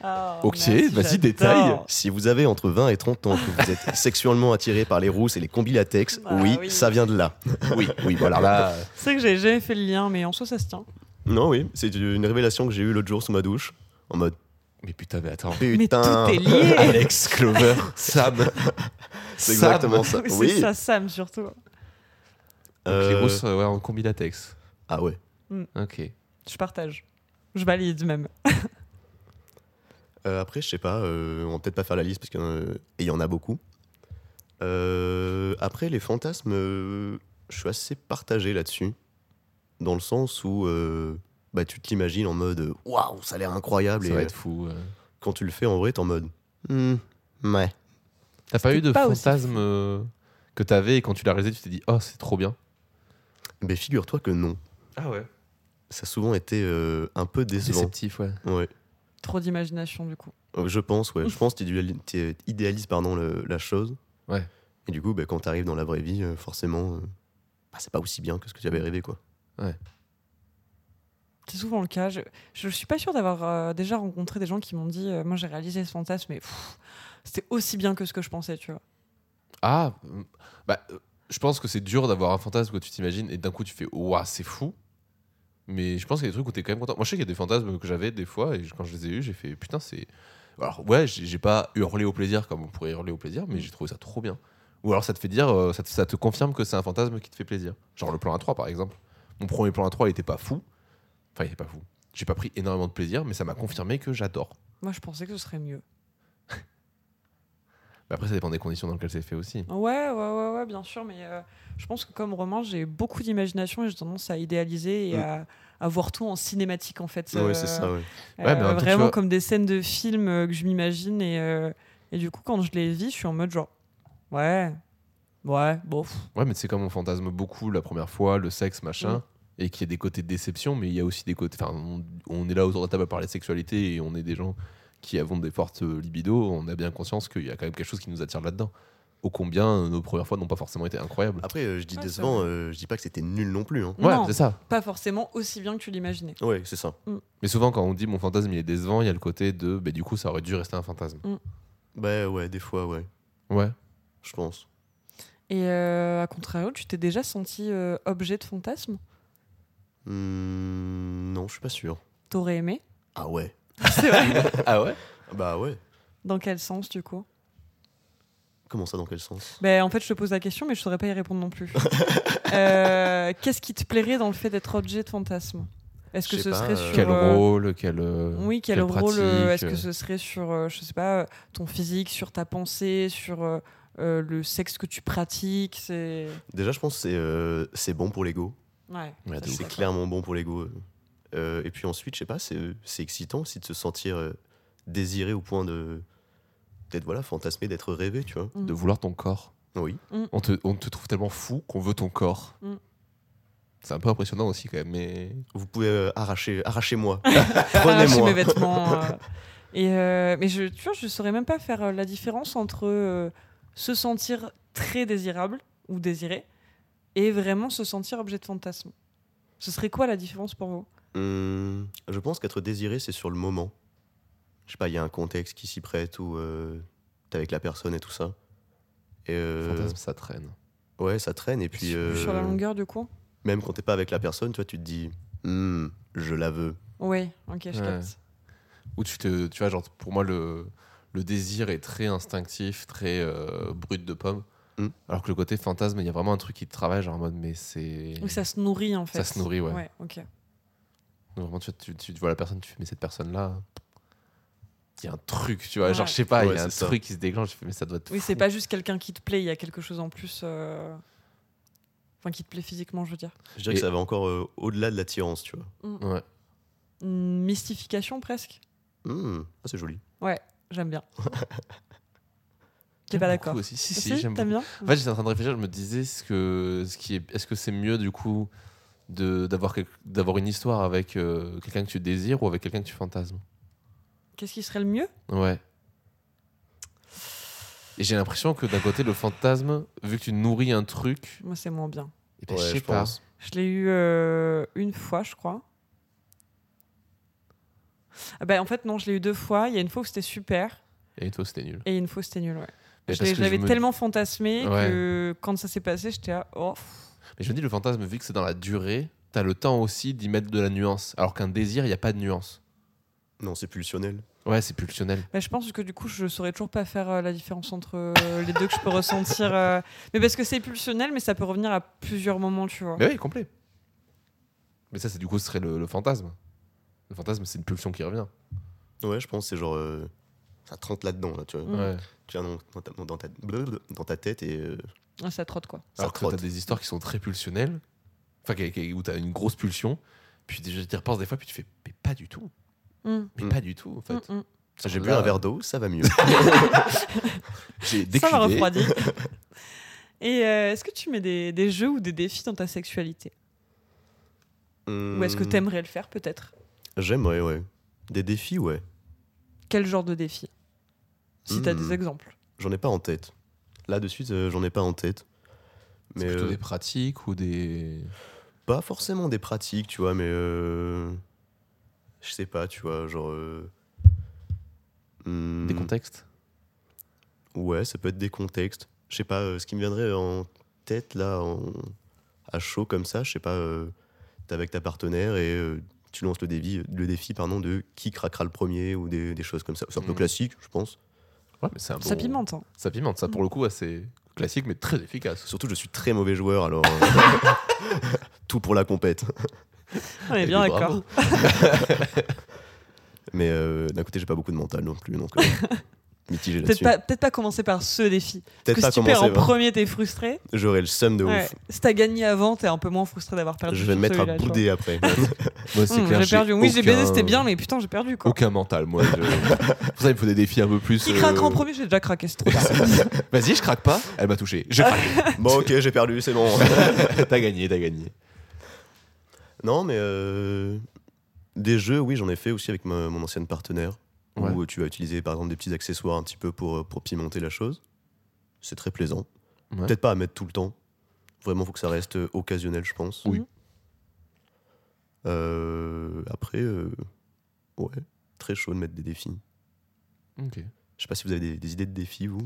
Oh, Ok, vas-y, détaille. Si vous avez entre 20 et 30 ans, que vous êtes sexuellement attiré par les rousses et les combis latex, Ah oui, oui. ça vient de là. Oui, oui, voilà. Là, C'est vrai que j'avais jamais fait le lien, mais en soi, ça se tient. Non, oui, c'est une révélation que j'ai eue l'autre jour sous ma douche. En mode, mais putain, mais attends. putain, Mais tout est lié. Alex Clover, Sam. c'est Sam. exactement ça. C'est Bah, Oui. ça, Sam, surtout. Donc, Les Euh, grosses, euh, ouais, en combi latex. Ah ouais. Ok. Je partage. Je valide même. Euh, après, je sais pas, euh, on va peut-être pas faire la liste parce qu'il y en a- et il y en a beaucoup. Euh, après, les fantasmes, euh, je suis assez partagé là-dessus. Dans le sens où euh, bah, tu te l'imagines en mode waouh, ça a l'air incroyable. Ça Et va euh, être fou. euh. quand tu le fais en vrai, t'es en mode Hmm, ouais. T'as pas eu de pas aussi fantasme euh, que t'avais et quand tu l'as réalisé, tu t'es dit, oh, c'est trop bien. Mais figure-toi que non. Ah ouais. Ça a souvent été euh, un Ah, peu décevant. Déceptif, ouais. Ouais. Trop d'imagination, du coup. Euh, Je pense, ouais. Je pense que tu idéalises pardon, le- la chose. Ouais. Et du coup, bah, quand tu arrives dans la vraie vie, euh, forcément, euh, bah, c'est pas aussi bien que ce que tu avais rêvé, quoi. C'est souvent le cas. Je, je suis pas sûre d'avoir euh, déjà rencontré des gens qui m'ont dit euh, Moi, j'ai réalisé ce fantasme, mais pff, c'était aussi bien que ce que je pensais, tu vois. Ah, euh, bah, euh, je pense que c'est dur d'avoir un fantasme que tu t'imagines et d'un coup tu fais, ouah, c'est fou. Mais je pense qu'il y a des trucs où t'es quand même content. Moi, je sais qu'il y a des fantasmes que j'avais des fois et je- quand je les ai eus, j'ai fait, putain, c'est. Alors, ouais, j'ai j'ai pas hurlé au plaisir comme on pourrait hurler au plaisir, mais j'ai trouvé ça trop bien. Ou alors ça te fait dire, euh, ça te, ça te confirme que c'est un fantasme qui te fait plaisir. Genre le plan A3, par exemple. Mon premier plan A3, il était pas fou. Enfin, il était pas fou. J'ai pas pris énormément de plaisir, mais ça m'a confirmé que j'adore. Moi, je pensais que ce serait mieux. Mais Bah, après, ça dépend des conditions dans lesquelles c'est fait aussi. Ouais, ouais, ouais, ouais, bien sûr, mais euh, je pense que comme roman, j'ai beaucoup d'imagination et j'ai tendance à idéaliser et Mm. à, à voir tout en cinématique, en fait. Ouais, euh, c'est ça, ouais. Ouais, euh, mais en même temps, tu vraiment vois- comme des scènes de films euh, que je m'imagine et, euh, et du coup, quand je les vis, je suis en mode genre, ouais, ouais, bon, pff, Ouais, mais c'est comme on fantasme beaucoup la première fois, le sexe, machin, Mm. et qu'il y a des côtés de déception, mais il y a aussi des côtés. Enfin, on, on est là autour de la table à parler de sexualité et on est des gens qui avons des fortes euh, libido, on a bien conscience qu'il y a quand même quelque chose qui nous attire là-dedans. Ô combien euh, nos premières fois n'ont pas forcément été incroyables. Après, euh, je dis Ouais, décevant, euh, je dis pas que c'était nul non plus. hein. ouais, bah, non. c'est ça. pas forcément aussi bien que tu l'imaginais. Ouais, c'est ça. Mais souvent, quand on dit mon fantasme il est décevant, il y a le côté de bah, du coup, ça aurait dû rester un fantasme. Bah ouais, des fois, ouais, Ouais. je pense. Et euh, à contrario, tu t'es déjà senti euh, objet de fantasme Hmm, non, je suis pas sûr. T'aurais aimé Ah ouais. C'est vrai. ah ouais Bah ouais. Dans quel sens, du coup Comment ça, dans quel sens Ben, en fait, je te pose la question, mais je saurais pas y répondre non plus. Euh, Qu'est-ce qui te plairait dans le fait d'être objet de fantasme Est-ce que Je sais ce pas, serait euh, sur Quel euh, rôle, quel. euh, Oui, quel quelle rôle euh, pratique, Est-ce que euh. ce serait sur, euh, je sais pas, euh, ton physique, sur ta pensée, sur euh, euh, le sexe que tu pratiques C'est Déjà, je pense que c'est euh, c'est bon pour l'ego. ouais. Ouais, ça, de je ouf. suis C'est d'accord. clairement bon pour l'ego. euh. Euh, et puis ensuite, je sais pas, c'est c'est excitant aussi de se sentir euh, désiré au point de. D'être voilà, fantasmé, d'être rêvé, tu vois. De vouloir ton corps. Oui. On te, on te trouve tellement fou qu'on veut ton corps. Mm. C'est un peu impressionnant aussi quand même, mais Vous pouvez euh, arracher, arrachez-moi. arracher mes Prenez-moi. vêtements. euh. et euh, mais je, tu vois, je saurais même pas faire euh, la différence entre euh, se sentir très désirable ou désiré et vraiment se sentir objet de fantasme. Ce serait quoi la différence pour vous Hum, je pense qu'être désiré, c'est sur le moment. Je sais pas, il y a un contexte qui s'y prête ou euh, t'es avec la personne et tout ça. Et euh, fantasme ça traîne. ouais, ça traîne. Et puis, sur, euh, sur la longueur du coup même quand t'es pas avec la personne, toi, tu te dis, Hum, je la veux. Oui, ok, je Ouais. capte. Où tu te, tu vois, genre pour moi le, le désir est très instinctif, très euh, brut de pomme, Mm. alors que le côté fantasme, il y a vraiment un truc qui te travaille, genre en mode mais c'est. Donc ça se nourrit en fait. se nourrit, ouais. Ouais, ok. Donc vraiment tu, tu, tu vois la personne, tu fais mais cette personne là, il y a un truc, tu vois, genre Ouais. je sais pas, il Ouais, y a un c'est ça. truc qui se déclenche, tu fais, mais ça doit être. Oui, fou. c'est pas juste quelqu'un qui te plaît, il y a quelque chose en plus. euh, Enfin, qui te plaît physiquement, je veux dire. Je dirais Et- que ça va encore euh, au-delà de l'attirance, tu vois. Ouais. Une Mm, mystification presque Hum, ah, c'est joli. J'aime bien. T'es pas J'aime beaucoup d'accord aussi. Si, si, Si, j'aime t'aimes bien En fait, j'étais en train de réfléchir, je me disais ce que, ce qui est, est-ce que c'est mieux du coup de d'avoir quel- d'avoir une histoire avec euh, quelqu'un que tu désires ou avec quelqu'un que tu fantasmes. Qu'est-ce qui serait le mieux Ouais. Et j'ai l'impression que d'un côté le fantasme, vu que tu nourris un truc, Moi, c'est moins bien. eh ben, Ouais, je sais je pas. pense. Je l'ai eu euh, une fois, je crois. Ah bah, en fait, non, je l'ai eu deux fois. Il y a une fois où c'était super Et toi c'était nul. et une fois où c'était nul. Ouais. Mais Je parce l'ai- que je l'avais me- tellement fantasmé Ouais. que quand ça s'est passé, j'étais à oh. Mais je me dis le fantasme, vu que c'est dans la durée, t'as le temps aussi d'y mettre de la nuance. Alors qu'un désir, il n'y a pas de nuance. Non, c'est pulsionnel. Ouais, c'est pulsionnel. Bah, je pense que du coup, je saurais toujours pas faire euh, la différence entre euh, les deux que je peux ressentir. euh, Mais parce que c'est pulsionnel, mais ça peut revenir à plusieurs moments, tu vois. Mais oui, complet. Mais ça, c'est du coup, ce serait le, le fantasme. Le fantasme, c'est une pulsion qui revient. Ouais, je pense, c'est genre. euh, ça trente là-dedans, là, tu vois. Mm. Ouais. Tu viens dans, dans ta, dans ta- dans ta tête et euh, Ah, ça trotte quoi. ça Alors que t'as trotte. des histoires qui sont très pulsionnelles, enfin qui- qui- où t'as une grosse pulsion, puis déjà t'y repenses des fois, puis tu fais mais pas du tout, Mm, mais Mm. pas du tout en fait. mm, mm. J'ai bu Là, un verre d'eau, ça va mieux. J'ai Ça m'a décliné. refroidi. Et euh, est-ce que tu mets des, des jeux ou des défis dans ta sexualité Ou est-ce que t'aimes t'aimerais le faire peut-être Hum, J'aimerais, ouais. Des défis, ouais. Quel genre de défi Si t'as Hmm. des exemples. J'en ai pas en tête. Là, de suite, euh, j'en ai pas en tête. C'est Mais plutôt euh, des pratiques ou des. pas forcément des pratiques, tu vois, mais. euh, je sais pas, tu vois, genre. euh, hmm, des contextes Ouais, ça peut être des contextes. Je sais pas, euh, ce qui me viendrait en tête, là, en- à chaud comme ça, je sais pas, euh, t'es avec ta partenaire et euh, tu lances le défi, le défi pardon, de qui craquera le premier ou des, des choses comme ça. C'est un peu Mm. classique, je pense. Ouais, mais c'est un Ça bon- pimente. hein. Ça pimente, ça pour le coup, assez classique mais très efficace. Surtout, je suis très mauvais joueur, alors. euh, tout pour la compète. On est Eh bien bien, d'accord. Mais euh, d'un côté, j'ai pas beaucoup de mental non plus, donc euh, mitigé Peut-être là-dessus. pas, peut-être pas commencer par ce défi. Parce Peut-être que pas si tu perds en commencer. vraiment. premier, t'es frustré. J'aurais le seum de Ouais. ouf. Si t'as gagné avant, t'es un peu moins frustré d'avoir perdu. Je vais me sur mettre celui-là, à tu vois. bouder après. Moi, Hum, j'ai perdu. Oui, j'ai baisé, aucun- c'était bien, mais putain, j'ai perdu quoi. Aucun mental, moi. je- Pour ça, il me faut des défis un peu plus. Qui craque euh, en premier J'ai déjà craqué, c'est trop tard. Vas-y, je craque pas. Elle m'a touché. Je craque. bon, ok, j'ai perdu, c'est bon. t'as gagné, t'as gagné. non, mais euh, des jeux, oui, j'en ai fait aussi avec ma- mon ancienne partenaire. Ouais. Où tu vas utiliser par exemple des petits accessoires un petit peu pour, euh, pour pimenter la chose. C'est très plaisant. Ouais. Peut-être pas à mettre tout le temps. Vraiment, faut que ça reste euh, occasionnel, je pense. Oui. Euh, après, euh, ouais, très chaud de mettre des défis. Ok. Je sais pas si vous avez des, des idées de défis, vous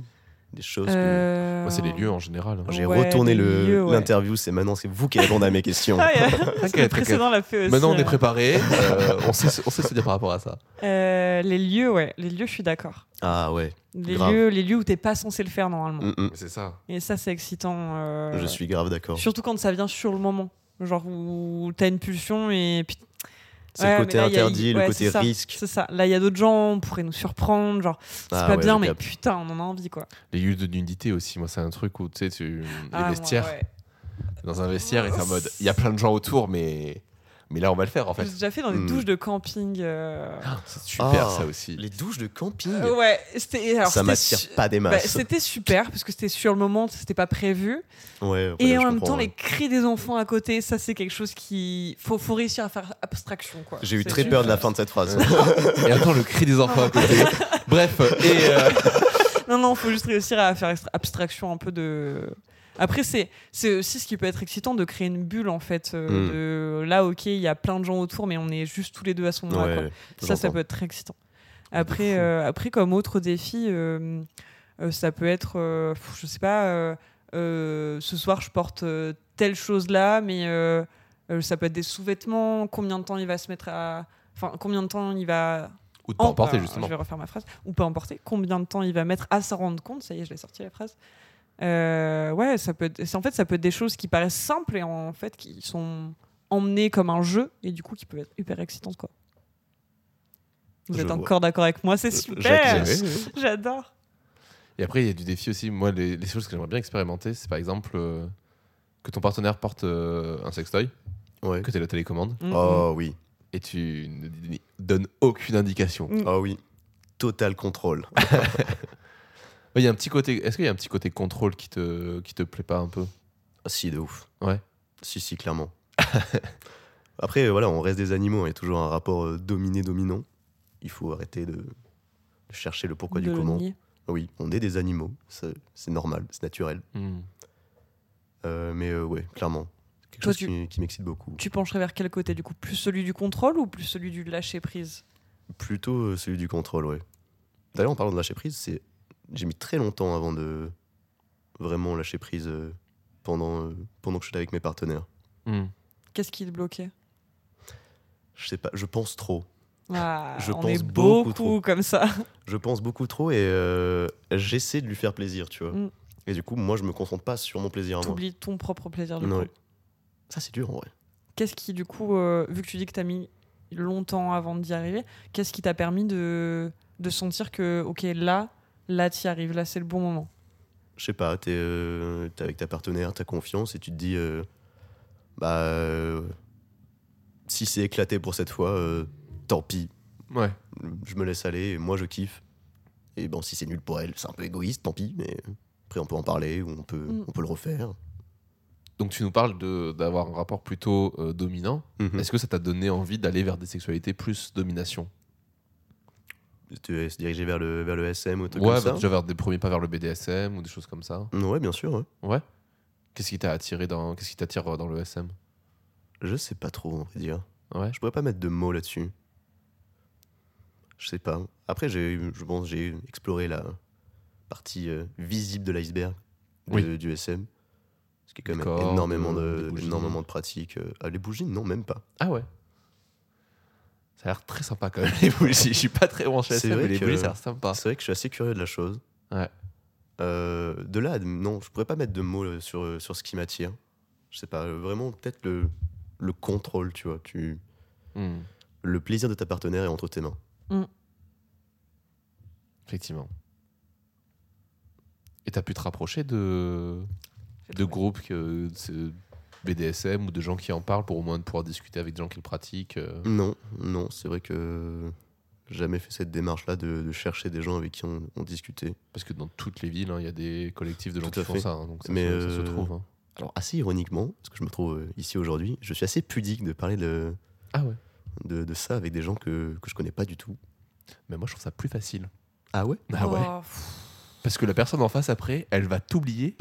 Des choses que. Euh, Moi, c'est les lieux en général. hein. J'ai ouais, retourné des le- lieux, ouais. l'interview, c'est maintenant c'est vous qui répondez à mes questions. Ah, ouais, parce que le t'inquiète. précédent l'a fait aussi. Maintenant, on est euh. préparé. euh, on, sait, se- on sait se dire par rapport à ça. Euh, les lieux, ouais, les lieux, je suis d'accord. Ah ouais, Les Grave. lieux, les lieux où t'es pas censé le faire normalement. Mm, mm. C'est ça. Et ça, c'est excitant. euh, je suis grave d'accord. Surtout quand ça vient sur le moment. Genre où t'as une pulsion et puis. C'est Ouais, le mais côté là, il y a- interdit, le ouais, côté c'est ça, risque. C'est ça. Là, il y a d'autres gens, on pourrait nous surprendre. Genre, c'est Ah pas ouais, bien, je mais capte. putain, on en a envie quoi. Les lieux de nudité aussi. Moi, c'est un truc où tu sais, tu. Les Ah, vestiaires. moi, ouais. Dans un vestiaire, et t'es en mode. Il y a plein de gens autour, mais. Mais là, on va le faire en fait. Ah, J'ai déjà fait dans des Hmm. douches de camping. euh, C'est super ça aussi. Les douches de camping, euh, ouais, c'était. alors, ça c'était m'attire su- pas des bah, masses. c'était super parce que c'était sur le moment, c'était pas prévu. Ouais, ouais, Et je en même comprends, temps, ouais. les cris des enfants à côté, ça c'est quelque chose qui faut, faut réussir à faire abstraction quoi. J'ai eu C'est très juste- peur de la fin de cette phrase. Et attends, le cri des enfants à côté. Bref, et. euh, Non non, faut juste réussir à faire extra- abstraction un peu de. Après c'est c'est aussi ce qui peut être excitant de créer une bulle en fait. euh, Mm. De là ok, il y a plein de gens autour, mais on est juste tous les deux à son moment. ouais, Ça ça j'entends. peut être très excitant. Ouais, de Après fou. euh, après comme autre défi, euh, euh, ça peut être euh, pff, je sais pas. euh, euh, ce soir je porte euh, telle chose là, mais euh, Euh, ça peut être des sous-vêtements, combien de temps il va se mettre à. Enfin, combien de temps il va. Ou de pas emporter, euh, justement. Je vais refaire ma phrase. Ou pas emporter. Combien de temps il va mettre à s'en rendre compte. Ça y est, je l'ai sorti la phrase. Euh, ouais, ça peut être- c'est- en fait, ça peut être des choses qui paraissent simples et en fait qui sont emmenées comme un jeu et du coup qui peuvent être hyper excitantes, quoi. Vous Je êtes vois. encore d'accord avec moi, c'est Euh, super! j'acquiesce. J'adore! Et après, il y a du défi aussi. Moi, les, les choses que j'aimerais bien expérimenter, c'est par exemple euh, que ton partenaire porte euh, un sextoy, Ouais. que tu la télécommande, Mm, Oh oui, et tu ne d- donnes aucune indication. Mm. oh oui. Total contrôle. Ah, Ouais, Il y a un petit côté. Est-ce qu'il y a un petit côté contrôle qui te qui te plaît pas un peu Ah, si, de ouf. Ouais. Si, si, clairement. Après, voilà, on reste des animaux. Il y a toujours un rapport euh, dominé-dominant. Il faut arrêter de de chercher le pourquoi de du le comment. nier. Oui, on est des animaux. ça, C'est normal, c'est naturel. Euh, mais euh, ouais, clairement. C'est Quelque Toi, chose tu- qui, qui m'excite beaucoup. Tu pencherais vers quel côté du coup? Plus celui du contrôle ou plus celui du lâcher prise? Plutôt euh, celui du contrôle, ouais. D'ailleurs, en parlant de lâcher prise, c'est... j'ai mis très longtemps avant de vraiment lâcher prise euh, pendant, euh, pendant que j'étais avec mes partenaires. Mm. Qu'est-ce qui te bloquait Je sais pas, je pense trop. Ah, Je on pense est beaucoup beaucoup trop. comme ça. je pense beaucoup trop et euh, j'essaie de lui faire plaisir, tu vois. Mm. Et du coup, moi, je me concentre pas sur mon plaisir à moi. T'oublies ton propre plaisir du Non, coup. ouais. Ça, c'est dur en vrai. Qu'est-ce qui, du coup, euh, vu que tu dis que t'as mis longtemps avant d'y arriver, qu'est-ce qui t'a permis de, de sentir que, ok, là, là, t'y arrives, là, c'est le bon moment Je sais pas, t'es euh, t'es avec ta partenaire, t'as confiance et tu te dis, euh, bah, euh, si c'est éclaté pour cette fois, euh, tant pis, Ouais. je me laisse aller et moi, je kiffe. Et bon, si c'est nul pour elle, c'est un peu égoïste, tant pis, mais après, on peut en parler ou on peut, Mm. on peut le refaire. Donc tu nous parles de d'avoir un rapport plutôt euh, dominant. Hmm. Est-ce que ça t'a donné envie d'aller vers des sexualités plus domination Tu veux se diriger vers le, vers le SM ou un truc Ouais, comme ça bah, déjà vers des premiers pas vers le BDSM ou des choses comme ça. Ouais, bien sûr. hein. ouais. Ouais. Qu'est-ce qui t'a attiré dans Qu'est-ce qui t'attire euh, dans le SM Je sais pas trop, on va dire. Ouais. Je pourrais pas mettre de mots là-dessus. Je sais pas. Après, j'ai, je pense que j'ai exploré la partie euh, visible de l'iceberg de- Oui. du SM. Ce qui est quand Du même corps, énormément, de- des de, bougies. énormément de pratiques. euh, ah, les bougies, non, même pas. Ah ouais. Ça a l'air très sympa quand même, les bougies. Je suis pas très branché à C'est ça, vrai mais les que- bougies, ça a l'air sympa. Ah, C'est vrai que je suis assez curieux de la chose. Ouais. Euh, de là, à- non, je pourrais pas mettre de mots euh, sur, euh, sur ce qui m'attire. Je sais pas, euh, vraiment peut-être le, le contrôle, tu vois. Tu, Hmm. le plaisir de ta partenaire est entre tes mains. Mm. Effectivement. Et t'as pu te rapprocher de, de groupes que c'est BDSM ou de gens qui en parlent pour au moins pouvoir discuter avec des gens qui le pratiquent. euh. Non, non, c'est vrai que j'ai jamais fait cette démarche-là de, de chercher des gens avec qui on, on discutait. Parce que dans toutes les villes, hein, il y a des collectifs de gens Tout à qui font fait. ça. hein, donc ça, Mais, se, ça se euh, trouve. hein. Alors assez ironiquement, parce que je me trouve euh, ici aujourd'hui, je suis assez pudique de parler de, Ah ouais. de, de ça avec des gens que, que je connais pas du tout. Mais moi, je trouve ça plus facile. Ah ouais Ah ouais. Oh, pff, Parce que la personne en face, après, elle va t'oublier.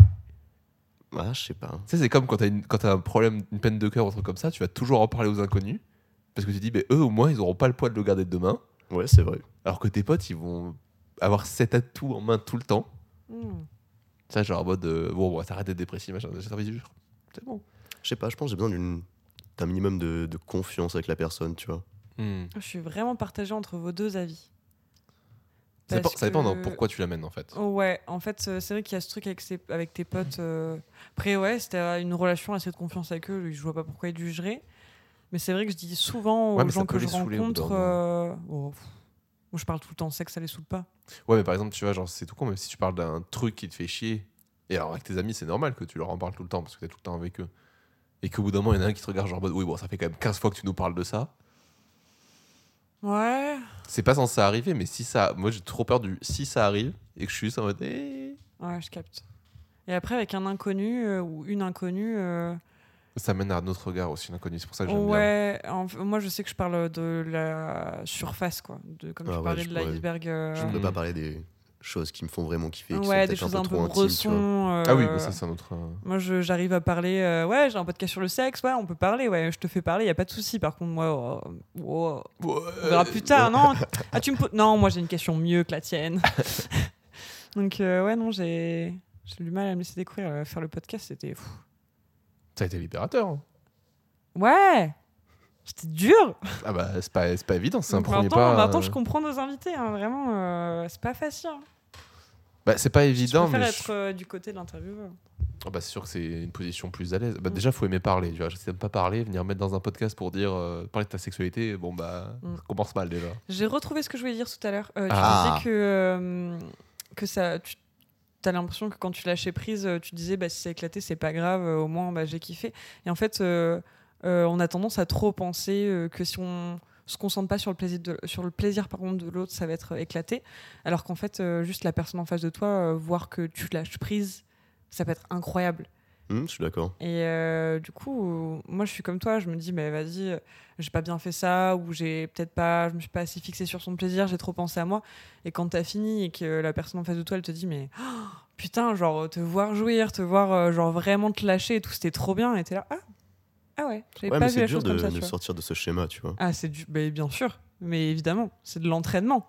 Ah, je sais pas. Tu sais, c'est comme quand t'as une- quand t'as un problème, une peine de cœur ou un truc comme ça, tu vas toujours en parler aux inconnus. Parce que tu dis, mais eux, au moins, ils auront pas le poids de le garder de demain. Ouais, c'est vrai. Alors que tes potes, ils vont avoir cet atout en main tout le temps. hmm. Ça, genre en mode, euh, bon, on va s'arrêter d'être dépressif, machin, j'ai servi du jour. C'est bon. Je sais pas, je pense que j'ai besoin d'une- d'un minimum de, de confiance avec la personne, tu vois. Hmm. Je suis vraiment partagée entre vos deux avis. Ça dépend, Parce ça dépend que- dans pourquoi tu l'amènes, en fait. Oh Ouais, en fait, euh, c'est vrai qu'il y a ce truc avec, ses- avec tes potes. euh, Après, ouais, si t'as une relation assez de confiance avec eux, je vois pas pourquoi ils te jugeraient. Mais c'est vrai que je dis souvent aux Ouais, mais ça gens peut que je les hein. saouler au bout d'un rencontre. moment. euh, oh, pff, moi, je parle tout le temps sexe, ça les saoule pas. Ouais, mais par exemple, tu vois, genre, c'est tout con, même si tu parles d'un truc qui te fait chier, et alors avec tes amis, c'est normal que tu leur en parles tout le temps, parce que t'es tout le temps avec eux. Et qu'au bout d'un moment, il y en a un qui te regarde, genre, en mode, oui, bon, ça fait quand même 15 fois que tu nous parles de ça. Ouais. C'est pas censé arriver, mais si ça. Moi, j'ai trop peur du. Si ça arrive, et que je suis juste en mode. eh, Ouais, je capte. Et après, avec un inconnu euh, ou une inconnue. euh, oh Ça mène à un autre regard aussi, l'inconnu. C'est pour ça que j'aime bien. Ouais, en- moi je sais que je parle de la surface, quoi. De, comme Ah tu ouais, parlais je de pourrais- l'iceberg. euh, Je ne peux Mm. pas parler des choses qui me font vraiment kiffer, qui ouais, sont des peut-être choses un peu trop intimes, tu vois. bah, bressons. Ah oui, euh, mais ça, c'est un autre. euh, Moi, je- j'arrive à parler. euh, ouais, j'ai un podcast sur le sexe. Ouais, on peut parler. Ouais, je te fais parler. Y a pas de souci. Par contre, moi, oh, oh, on Euh, verra plus tard. Non, ah, tu me poses- Non, moi, j'ai une question mieux que la tienne. Donc, euh, ouais, non, j'ai j'ai eu du mal à me laisser découvrir. euh, Faire le podcast, c'était fou. Ça a été libérateur. hein. Ouais, c'était dur. Ah bah, c'est pas, c'est pas évident, c'est un Donc, premier maintenant, pas. Maintenant, je euh, comprends nos invités. hein, vraiment, euh, c'est pas facile. hein. Bah, c'est pas Je évident, préfère mais. je- être euh, du côté de l'intervieweur. Ah bah, c'est sûr que c'est une position plus à l'aise. Bah, Mm. Déjà, faut aimer parler. Tu vois, si t'aimes pas parler, venir mettre dans un podcast pour dire euh, parler de ta sexualité, bon bah, Mm. ça commence mal déjà. J'ai retrouvé ce que je voulais dire tout à l'heure. Euh, tu Ah. disais que, euh, que ça, tu as l'impression que quand tu lâchais prise, euh, tu disais bah, si ça a éclaté, c'est pas grave, euh, au moins bah, j'ai kiffé. Et en fait, euh, euh, on a tendance à trop penser euh, que si on se concentre pas sur le plaisir, de, sur le plaisir par contre, de l'autre, ça va être euh, éclaté. Alors qu'en fait, euh, juste la personne en face de toi, euh, voir que tu lâches prise, ça peut être incroyable. Hum, je suis d'accord. Et euh, du coup, euh, moi, je suis comme toi. Je me dis, mais vas-y, euh, j'ai pas bien fait ça, ou j'ai peut-être pas, je me suis pas assez fixée sur son plaisir, j'ai trop pensé à moi. Et quand t'as fini et que euh, la personne en face de toi, elle te dit, mais oh, putain, genre te voir jouir, te voir euh, genre vraiment te lâcher et tout, c'était trop bien. Et t'es là, ah, ah ouais, j'avais Ouais, pas mais vu c'est la dur chose de, comme ça. de tu vois. sortir de ce schéma, tu vois. Ah, c'est du, mais bien sûr, mais évidemment, c'est de l'entraînement.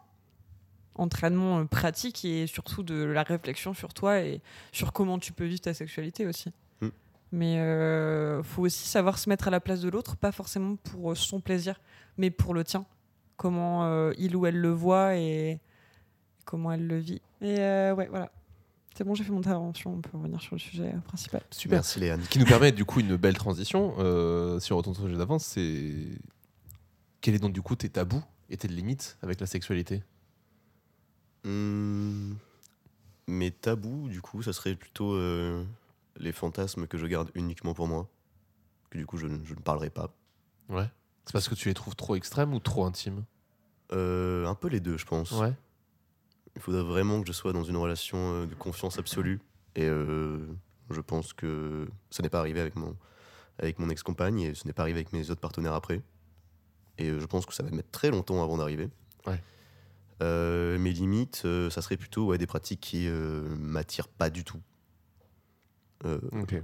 Entraînement euh, pratique et surtout de la réflexion sur toi et sur comment tu peux vivre ta sexualité aussi. Mm. Mais euh, faut aussi savoir se mettre à la place de l'autre, pas forcément pour euh, son plaisir, mais pour le tien. Comment euh, il ou elle le voit et comment elle le vit. Et euh, ouais, voilà. C'est bon, j'ai fait mon intervention, on peut revenir sur le sujet euh, principal. Super. Merci, Léane. Ce qui nous permet du coup une belle transition. euh, si on retourne sur le sujet d'avance, c'est quel est donc du coup tes tabous et tes limites avec la sexualité Hum, mes tabous, du coup, ça serait plutôt euh, les fantasmes que je garde uniquement pour moi, que du coup je, ne- je ne parlerai pas. Ouais. C'est parce que tu les trouves trop extrêmes ou trop intimes Euh, un peu les deux, je pense. Il faudrait vraiment que je sois dans une relation euh, de confiance absolue. Et euh, je pense que ça n'est pas arrivé avec mon, avec mon ex-compagne et ce n'est pas arrivé avec mes autres partenaires après. Et euh, je pense que ça va mettre très longtemps avant d'arriver. Ouais. Euh, mes limites, euh, ça serait plutôt ouais, des pratiques qui euh, m'attirent pas du tout. Euh, Ok.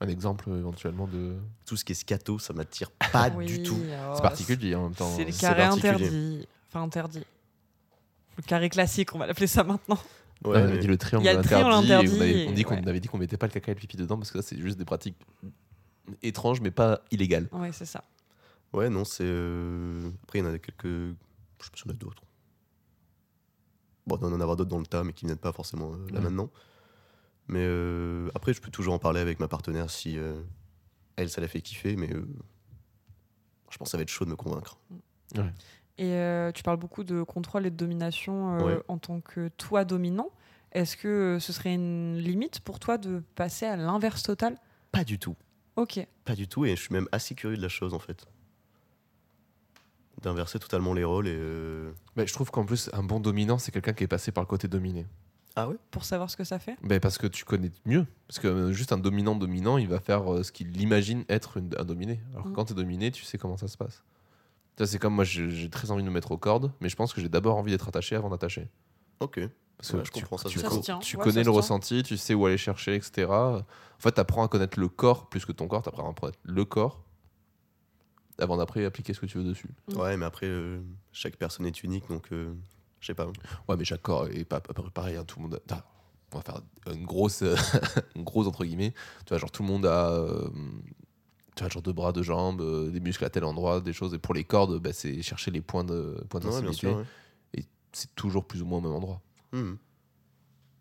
Un exemple euh, éventuellement de. tout ce qui est scato, ça m'attire pas Ah, du Oui, tout. alors, C'est particulier en même temps. Ah, C'est le hein. c'est carré particulier. interdit. Enfin, interdit. Le carré classique, on va l'appeler ça maintenant. Non, Ouais, on avait mais- dit le triangle Il y a le interdit. triangle et on, interdit avait, on dit et qu'on ouais. avait dit qu'on mettait pas le caca et le pipi dedans parce que ça c'est juste des pratiques étranges mais pas illégales. Ouais, c'est ça. Ouais, non, c'est. euh, Après, il y en a quelques. Je sais pas s'il y en a d'autres. Bon, on en avoir d'autres dans le tas, mais qui ne viennent pas forcément euh, là Ouais. maintenant. Mais euh, après, je peux toujours en parler avec ma partenaire si euh, elle, ça la fait kiffer, mais euh, je pense que ça va être chaud de me convaincre. Et euh, tu parles beaucoup de contrôle et de domination euh, Ouais. en tant que toi dominant. Est-ce que euh, ce serait une limite pour toi de passer à l'inverse total Pas du tout. Ok. Pas du tout, et je suis même assez curieux de la chose en fait. D'inverser totalement les rôles et. euh, Mais je trouve qu'en plus, un bon dominant, c'est quelqu'un qui est passé par le côté dominé. Ah ouais Pour savoir ce que ça fait Ben, parce que tu connais mieux. Parce que euh, juste un dominant dominant, il va faire euh, ce qu'il imagine être une- un dominé. Alors que Mm. quand tu es dominé, tu sais comment ça se passe. Ça, c'est comme moi, j'ai j'ai très envie de me mettre aux cordes, mais je pense que j'ai d'abord envie d'être attaché avant d'attacher. Ok. Parce que Ouais, je tu, comprends ça, tu c'est co- cool. Ça se tient, tu ouais, ça connais se le tient. ressenti, tu sais où aller chercher, etc. En fait, tu apprends à connaître le corps plus que ton corps, tu apprends à connaître le corps avant d'après appliquer ce que tu veux dessus. Mm. Ouais, mais après, euh, chaque personne est unique, donc euh, je sais pas. Ouais, mais chaque corps est pas, pas- pas pareil. hein, tout le monde a- ah, on va faire une grosse, une grosse entre guillemets. Tu vois, genre tout le monde a, euh, tu vois, genre deux bras, deux jambes, euh, des muscles à tel endroit, des choses. Et pour les cordes, bah, c'est chercher les points de points Ouais, bien d'intimité. sûr. ouais. C'est toujours plus ou moins au même endroit. Mhm.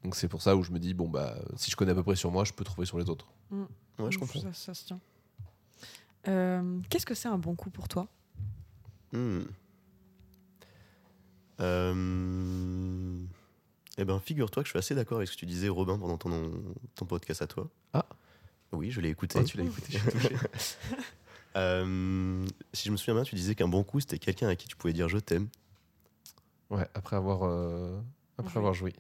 Donc c'est pour ça où je me dis bon bah si je connais à peu près sur moi, je peux trouver sur les autres. Ouais, je Donc, comprends. Ça, ça se tient. Euh, Qu'est-ce que c'est un bon coup pour toi Hmm. Euh, Eh ben, figure-toi que je suis assez d'accord avec ce que tu disais, Robin, pendant ton, ton podcast à toi. Ah. Oui, je l'ai écouté. Ah, tu l'as écouté, je suis touché. Euh, si je me souviens bien, tu disais qu'un bon coup, c'était quelqu'un à qui tu pouvais dire je t'aime. Ouais, après avoir, euh, après Joué. avoir joué.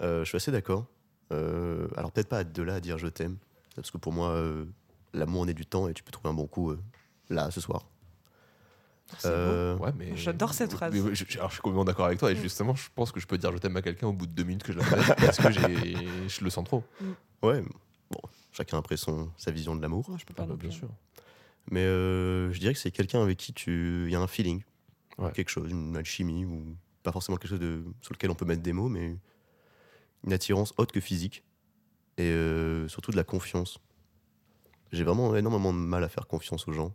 Euh, je suis assez d'accord. Euh, alors, peut-être pas de là à dire je t'aime, parce que pour moi, euh, l'amour on est du temps et tu peux trouver un bon coup euh, là, ce soir. C'est beau. Euh, Ouais, mais J'adore cette Mais- phrase. mais je, je- alors, je suis complètement d'accord avec toi. Et Mm. justement, je pense que je peux dire je t'aime à quelqu'un au bout de deux minutes que je l'appelle parce que j'ai- je le sens trop. ouais, bon, chacun après son, sa vision de l'amour. Moi, je peux Ah pas bah, non bien plus. sûr. Mais euh, je dirais que c'est quelqu'un avec qui tu il y a un feeling, Ouais. quelque chose, une alchimie ou pas forcément quelque chose de, sur lequel on peut mettre des mots, mais une attirance autre que physique et euh, surtout de la confiance. J'ai vraiment énormément de mal à faire confiance aux gens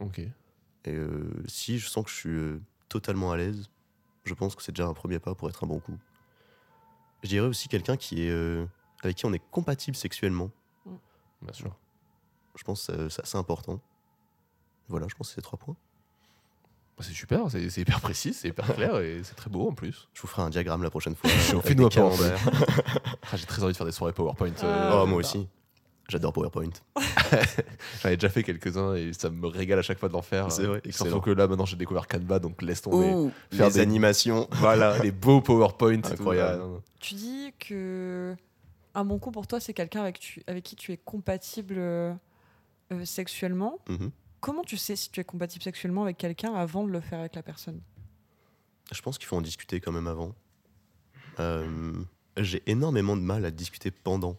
Ok. et euh, si je sens que je suis euh, totalement à l'aise, je pense que c'est déjà un premier pas pour être un bon coup. Je dirais aussi quelqu'un qui est euh, avec qui on est compatible sexuellement. Bien Mm. sûr. Je pense que ça- ça- c'est important. Voilà, je pense que c'est trois points. Bah, C'est super, c'est c'est hyper précis, c'est hyper clair et c'est très beau en plus. Je vous ferai un diagramme la prochaine fois. Fais-nous avec un des PowerPoint. calendaires. Ah, J'ai très envie de faire des soirées PowerPoint. Ah, euh, Oh, moi c'est ça. aussi. J'adore PowerPoint. J'en ai déjà fait quelques-uns et ça me régale à chaque fois de l'en faire. C'est vrai, excellent. Oh. Surtout que là, maintenant, j'ai découvert Canva, donc laisse tomber. faire les des animations. Voilà, les beaux PowerPoint. et tout. Incroyable. Ouais, non, non. Tu dis que un bon coup pour toi, c'est quelqu'un avec, tu- avec qui tu es compatible euh, euh, sexuellement. Mhm. Comment tu sais si tu es compatible sexuellement avec quelqu'un avant de le faire avec la personne Je pense qu'il faut en discuter quand même avant. Euh, J'ai énormément de mal à discuter pendant.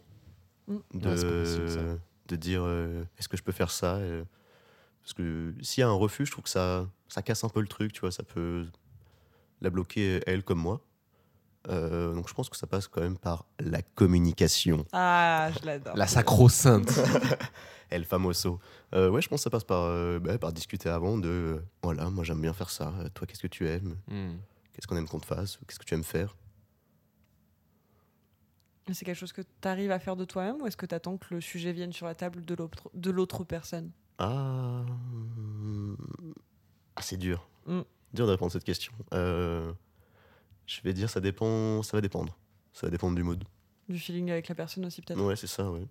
Mm. De, Ouais, c'est pas possible, ça. de dire euh, est-ce que je peux faire ça euh, Parce que s'il y a un refus, je trouve que ça, ça casse un peu le truc, tu vois. Ça peut la bloquer, elle comme moi. Euh, donc je pense que ça passe quand même par la communication. Ah, je l'adore. La sacro-sainte. El Famoso. Euh, ouais, je pense que ça passe par, euh, bah, par discuter avant de euh, voilà, moi j'aime bien faire ça, Euh, toi qu'est-ce que tu aimes, Hmm. qu'est-ce qu'on aime qu'on te fasse, qu'est-ce que tu aimes faire. C'est quelque chose que tu arrives à faire de toi-même ou est-ce que tu attends que le sujet vienne sur la table de l'autre de l'autre personne Ah, hum, ah, c'est dur. Mm. Dur de répondre à cette question. Euh, je vais dire, ça dépend, ça va dépendre. Ça va dépendre du mood. Du feeling avec la personne aussi, peut-être Ouais, c'est ça, ouais.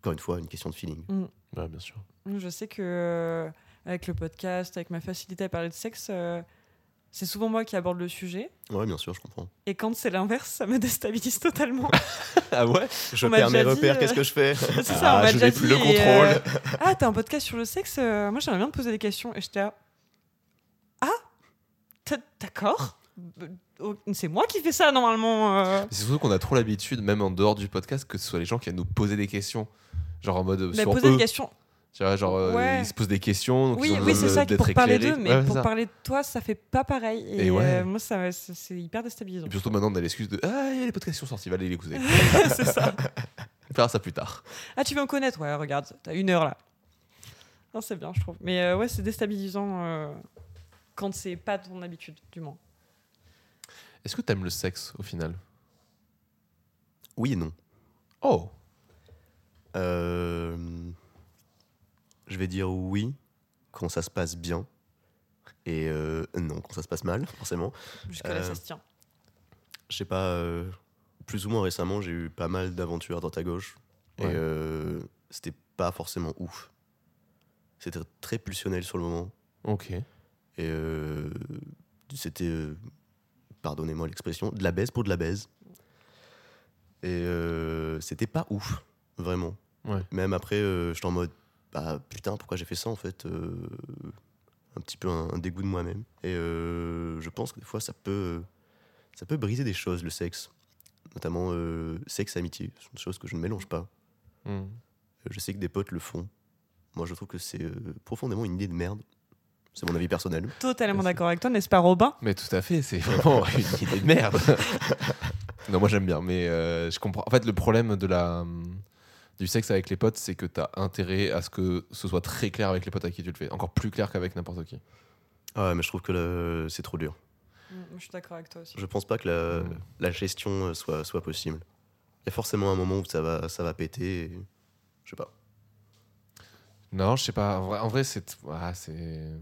Encore une fois, une question de feeling. Ouais, bien sûr. Je sais que euh, avec le podcast, avec ma facilité à parler de sexe, euh, c'est souvent moi qui aborde le sujet. Ouais, bien sûr, je comprends. Et quand c'est l'inverse, ça me déstabilise totalement. Ah ouais Je On m'a perds mes déjà dit, repères, euh, qu'est-ce que je fais C'est ça, Ah, on m'a je déjà n'ai plus dit, le et, euh, ah, t'as un podcast sur le sexe euh, Moi, j'aimerais bien te poser des questions. Et j'étais là. Ah t'as- D'accord Bah, oh, C'est moi qui fais ça normalement. euh. C'est surtout qu'on a trop l'habitude, même en dehors du podcast, que ce soit les gens qui viennent nous poser des questions. Genre en mode euh, Mais sur Bah, poser eux. des questions. Tu vois, genre, euh, Ouais. ils se posent des questions. donc ils Oui, ont oui besoin c'est de- ça, d'être pour parler éclairés. d'eux, mais Ouais, c'est pour ça. parler de toi, ça fait pas pareil. Et, Et ouais. euh, moi, ça, m'a- c'est c'est hyper déstabilisant. Et puis surtout maintenant, on a l'excuse de Ah, les podcasts sont sortis, va aller les écouter. c'est ça. On fera ça plus tard. Ah, tu veux me connaître Ouais, regarde, t'as une heure là. Non, c'est bien, je trouve. Mais euh, ouais, c'est déstabilisant euh, quand c'est pas ton habitude, du moins. Est-ce que t'aimes le sexe au final Oui et non. Oh Euh, je vais dire oui quand ça se passe bien Et euh, non, quand ça se passe mal, forcément. Jusque-là, Euh, ça se tient. Je sais pas, euh, plus ou moins récemment, j'ai eu pas mal d'aventures à droite à gauche. Et Ouais. euh, c'était pas forcément ouf. C'était très pulsionnel sur le moment. Ok. Et euh, c'était, euh, pardonnez-moi l'expression, de la baise pour de la baise. Et euh, c'était pas ouf, vraiment. Ouais. Même après, euh, j'étais en mode, bah putain, pourquoi j'ai fait ça en fait Euh, Un petit peu un, un dégoût de moi-même. Et euh, je pense que des fois, ça peut, ça peut briser des choses, le sexe. Notamment euh, sexe-amitié, c'est une chose que je ne mélange pas. Hmm. Je sais que des potes le font. Moi, je trouve que c'est euh, profondément une idée de merde. C'est mon avis personnel. Totalement Merci. d'accord avec toi, n'est-ce pas, Robin Mais tout à fait, c'est vraiment une idée de merde. non, moi j'aime bien, mais euh, je comprends. En fait, le problème de la, du sexe avec les potes, c'est que t'as intérêt à ce que ce soit très clair avec les potes à qui tu le fais. Encore plus clair qu'avec n'importe qui. Ah ouais, mais je trouve que là, c'est trop dur. Mm, Je suis d'accord avec toi aussi. Je pense pas que la, Mm. la gestion euh, soit, soit possible. Il y a forcément un moment où ça va, ça va péter. et- Je sais pas. Non, je sais pas. En vrai, en vrai, c'est. ah, c'est.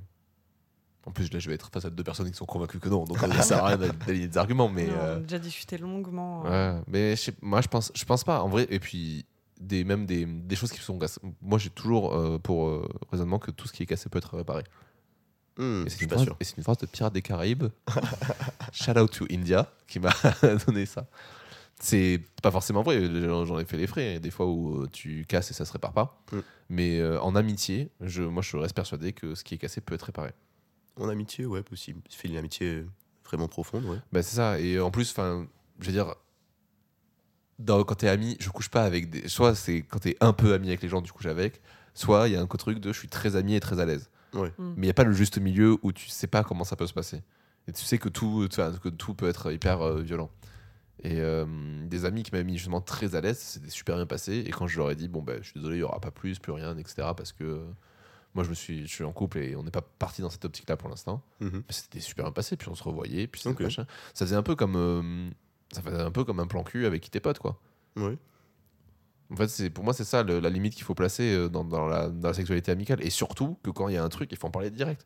En plus, là, je vais être face à deux personnes qui sont convaincues que non, donc ça sert à rien d'a- d'aligner des arguments, mais. Non, On euh, a déjà discuté longuement. euh, Ouais, mais je sais- moi je pense, je pense pas en vrai. Et puis des même des, des choses qui sont cassées. Moi j'ai toujours euh, pour euh, raisonnement que tout ce qui est cassé peut être réparé. Hmm, Et je c'est suis une, pas phrase- sûr. et c'est une phrase de Pirates des Caraïbes. Shout out to India qui m'a donné ça. C'est pas forcément vrai, j'en j'en ai fait les frais. Il y a des fois où euh, tu casses et ça se répare pas. Mm. Mais euh, en amitié, je, moi je reste persuadé que ce qui est cassé peut être réparé. En amitié, ouais, possible. C'est une amitié vraiment profonde, ouais. Bah, c'est ça. Et en plus, enfin, je veux dire, dans- quand t'es ami, je couche pas avec des. Soit c'est quand t'es un peu ami avec les gens, tu couches avec. Soit il y a un co- truc de je suis très ami et très à l'aise. Ouais. Mm. Mais il y a pas le juste milieu où tu sais pas comment ça peut se passer. Et tu sais que tout, tu vois, que tout peut être hyper euh, violent. Et euh, des amis qui m'avaient mis justement très à l'aise, c'était super bien passé. Et quand je leur ai dit, bon, ben, je suis désolé, il y aura pas plus, plus rien, etc. Parce que euh, moi, je, me suis, je suis en couple et on n'est pas parti dans cette optique-là pour l'instant. Mhm. Mais c'était super bien passé puis on se revoyait puis c'était Ok. machin. ça faisait un peu comme euh, ça faisait un peu comme un plan cul avec qui t'es potes quoi Ouais. en fait c'est pour moi c'est ça le- la limite qu'il faut placer euh, dans, dans la, dans la sexualité amicale et surtout que quand il y a un truc il faut en parler direct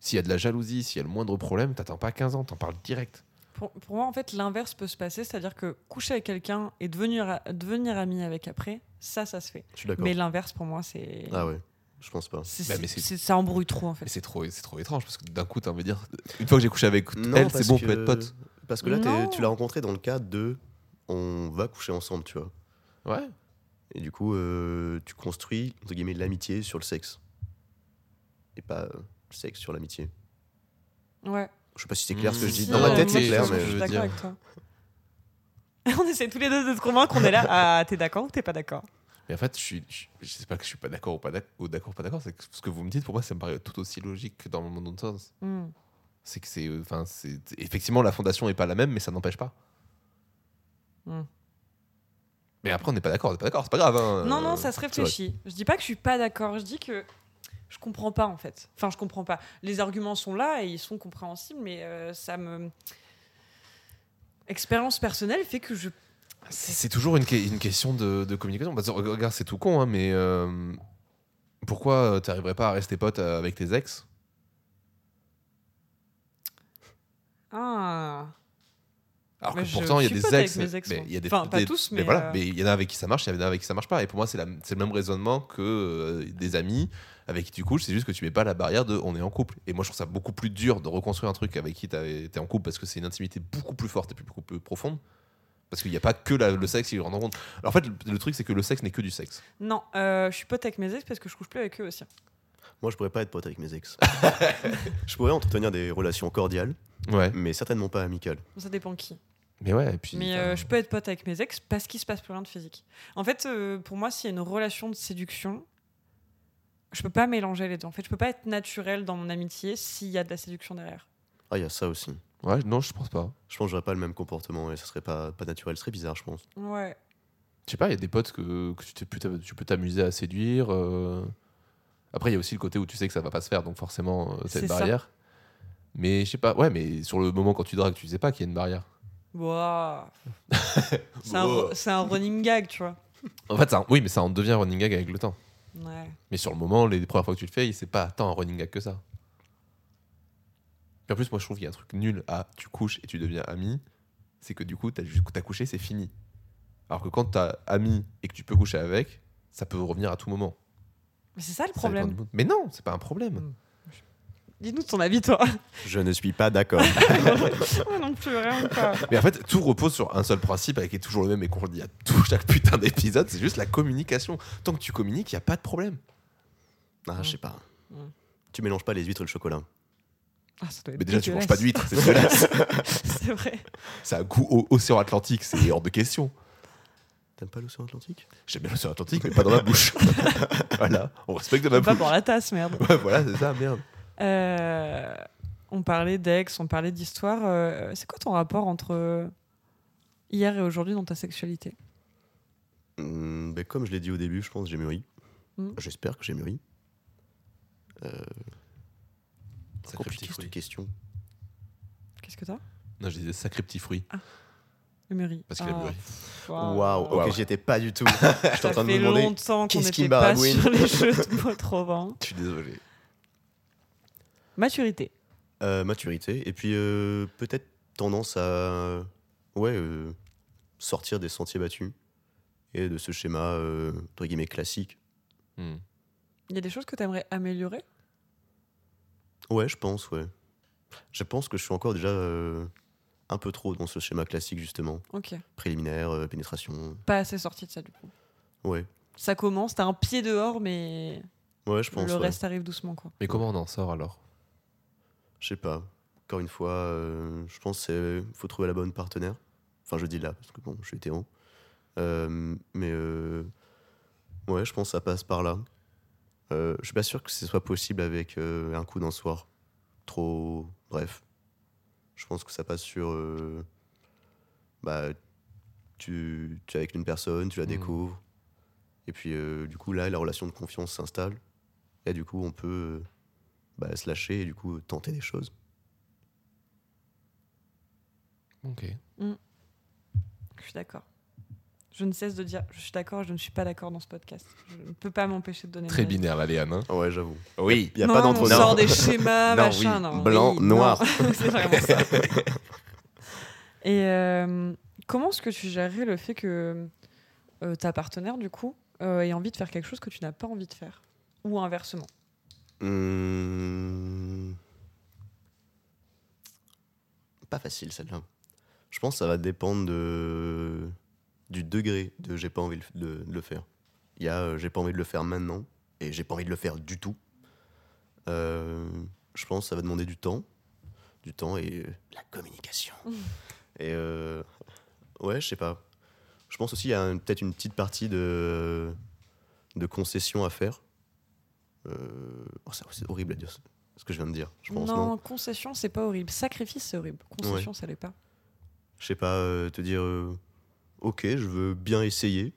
s'il y a de la jalousie s'il y a le moindre problème t'attends pas 15 ans t'en parles direct Pour, pour moi, en fait, l'inverse peut se passer, c'est-à-dire que coucher avec quelqu'un et devenir, devenir ami avec après, ça, ça se fait. Je suis d'accord. Mais l'inverse, pour moi, c'est. Ah ouais, je pense pas. c'est- Bah, mais c'est- c'est- c'est- ça embrouille trop, en et fait. c'est trop c'est trop étrange parce que d'un coup t'as envie de dire une fois que j'ai couché avec Non, elle parce c'est bon que- on peut être potes Parce que là, t'es- Non. tu l'as rencontré dans le cadre de on va coucher ensemble, tu vois. ouais Et du coup, euh, tu construis, entre guillemets, l'amitié sur le sexe. Et pas euh, le sexe sur l'amitié. Ouais. Je sais pas si c'est clair ce que je dis. Si, Dans ma euh, tête, moi, c'est je clair, pense que mais. Je suis veux d'accord dire. avec toi. on essaie tous les deux de se convaincre, on est là. Ah, t'es d'accord ou t'es pas d'accord mais en fait je suis je, je sais pas que je suis pas d'accord ou pas d'ac- ou d'accord ou pas d'accord c'est que ce que vous me dites pour moi ça me paraît tout aussi logique que dans mon autre sens Mm. c'est que c'est euh, enfin c'est effectivement la fondation est pas la même mais ça n'empêche pas Hmm. mais après on n'est pas d'accord on n'est pas d'accord c'est pas grave hein, Non, non, euh, ça tu se vois. réfléchit. Je dis pas que je suis pas d'accord, je dis que je comprends pas en fait. Enfin, je comprends pas. Les arguments sont là et ils sont compréhensibles, mais euh, ça me. Expérience personnelle fait que je. c'est c'est toujours une, que- une question de, de communication Parce que, regarde c'est tout con hein, mais euh, pourquoi euh, t'arriverais pas à rester pote euh, avec tes ex Ah alors Mais que je pourtant il y a suis des pote ex, avec mes ex, mais moi. il y a des, Enfin, pas des- tous, mais, voilà euh, mais il y en a avec qui ça marche il y en a avec qui ça marche pas et pour moi c'est la- c'est le même raisonnement que euh, des amis avec qui tu couches c'est juste que tu mets pas la barrière de on est en couple et moi je trouve ça beaucoup plus dur de reconstruire un truc avec qui t'avais- t'es en couple parce que c'est une intimité beaucoup plus forte et plus- beaucoup plus profonde parce qu'il n'y a pas que la- le sexe qui rentre en compte Alors, en fait le, le truc c'est que le sexe n'est que du sexe Non, euh, je suis pote avec mes ex parce que je couche plus avec eux aussi. Moi, je pourrais pas être pote avec mes ex. je pourrais entretenir des relations cordiales, ouais mais certainement pas amicales. Ça dépend qui. mais ouais et puis Mais euh, enfin, je peux être pote avec mes ex parce qu'il se passe plus rien de physique. En fait, euh, pour moi, s'il y a une relation de séduction, je peux pas mélanger les deux. En fait, je peux pas être naturel dans mon amitié s'il y a de la séduction derrière. Ah, il y a ça aussi. ouais non je pense pas Je pense que j'aurais pas le même comportement et ça serait pas, pas naturel. Ce serait bizarre, je pense. Ouais. Je sais pas, il y a des potes que, que tu, t'es- putain, tu peux t'amuser à séduire. euh. Après, il y a aussi le côté où tu sais que ça va pas se faire, donc forcément, euh, c'est une C'est ça. barrière. Mais je sais pas, ouais, mais sur le moment quand tu dragues, tu sais pas qu'il y a une barrière. Wow. c'est, un, Wow. ru- c'est un running gag, tu vois. En fait, ça, oui, mais ça en devient un running gag avec le temps. Ouais. Mais sur le moment, les premières fois que tu le fais, il c'est pas tant un running gag que ça. Puis en plus, moi, je trouve qu'il y a un truc nul à tu couches et tu deviens ami, c'est que du coup, t'as juste- t'as couché, c'est fini. Alors que quand t'as ami et que tu peux coucher avec, ça peut revenir à tout moment. Mais c'est ça le Ça dépend problème. du mood. Mais non, c'est pas un problème. Mm. Dis-nous ton avis, toi. Je ne suis pas d'accord. Moi non plus, vraiment pas. Mais en fait, tout repose sur un seul principe avec qui est toujours le même et qu'on le dit à tout chaque putain d'épisode, c'est juste la communication. Tant que tu communiques, il n'y a pas de problème. ah, je sais pas. Mm. Tu mélanges pas les huîtres et le chocolat. Ah, ça doit être Mais déjà, tu manges dégueulasse. pas d'huîtres, c'est dégueulasse. C'est vrai. Ça a un goût au- océan Atlantique, c'est hors de question. T'aimes pas l'océan Atlantique J'aime bien l'océan Atlantique, mais pas dans la bouche. voilà, on respecte la Faut Pas bouche. pour la tasse, merde. Ouais, voilà, c'est ça, merde. Euh, on parlait d'ex, on parlait d'histoire. euh, c'est quoi ton rapport entre euh, hier et aujourd'hui dans ta sexualité Hum, ben, Comme je l'ai dit au début, je pense que j'ai mûri. Mm. J'espère que j'ai mûri. Euh, Sacré petit compliqué cette fruit. question. Qu'est-ce que t'as Non, je disais sacré petit fruit. Le mûri. Parce qu'il a mûri. Ah, waouh. Waouh, ok, Waouh. j'y étais pas du tout. J'étais Ça en train de fait me demander. longtemps qu'on qu'est-ce qui n'était pas me baragouine sur les jeux de mot trop vent. Je suis désolé. Maturité. Euh, maturité, et puis euh, peut-être tendance à ouais, euh, sortir des sentiers battus et de ce schéma euh, entre guillemets classique. Hmm. Il y a des choses que t'aimerais améliorer Ouais, je pense, ouais. Je pense que je suis encore déjà euh, un peu trop dans ce schéma classique, justement. Ok. Préliminaire, euh, pénétration. Pas assez sorti de ça, du coup. Ouais, Ça commence, t'as un pied dehors, mais ouais, je pense. le ouais. reste arrive doucement, quoi. Mais comment on en sort alors Je sais pas. Encore une fois, euh, je pense qu'il faut trouver la bonne partenaire. Enfin, je dis là, parce que bon, je suis hétéro. Euh, mais euh, ouais, je pense que ça passe par là. Euh, je suis pas sûr que ce soit possible avec euh, un coup d'un soir. Trop. Bref. Je pense que ça passe sur. euh, bah, tu, tu es avec une personne, tu la Mhm. découvres. Et puis, euh, du coup, là, la relation de confiance s'installe. Et du coup, on peut euh, bah, se lâcher et du coup, tenter des choses. Ok. Je suis d'accord. Je ne cesse de dire je suis d'accord, je ne suis pas d'accord dans ce podcast. Je ne peux pas m'empêcher de donner. Très mon avis. binaire la Léane. hein. Ah ouais, j'avoue. Oui. Il n'y a non, pas on d'entre sort des schémas, Non, machin. oui. non, Blanc, oui, non. noir. C'est vraiment ça. Et euh, comment est-ce que tu gérerais le fait que euh, ta partenaire, du coup, euh, ait envie de faire quelque chose que tu n'as pas envie de faire Ou inversement Hum. Pas facile celle-là. Je pense que ça va dépendre de... du degré de j'ai pas envie de le- de le faire. Il y a euh, j'ai pas envie de le faire maintenant et j'ai pas envie de le faire du tout. Euh, je pense que ça va demander du temps. Du temps et euh, la communication. Mmh. Et euh, ouais, je sais pas. Je pense aussi qu'il y a un- peut-être une petite partie de, de concession à faire. Euh, oh, ça, c'est horrible à dire ce- ce que je viens de dire, je pense. Non, concession, c'est pas horrible. Sacrifice, c'est horrible. Concession, ça l'est pas. je sais pas, euh, te dire euh, ok, je veux bien essayer,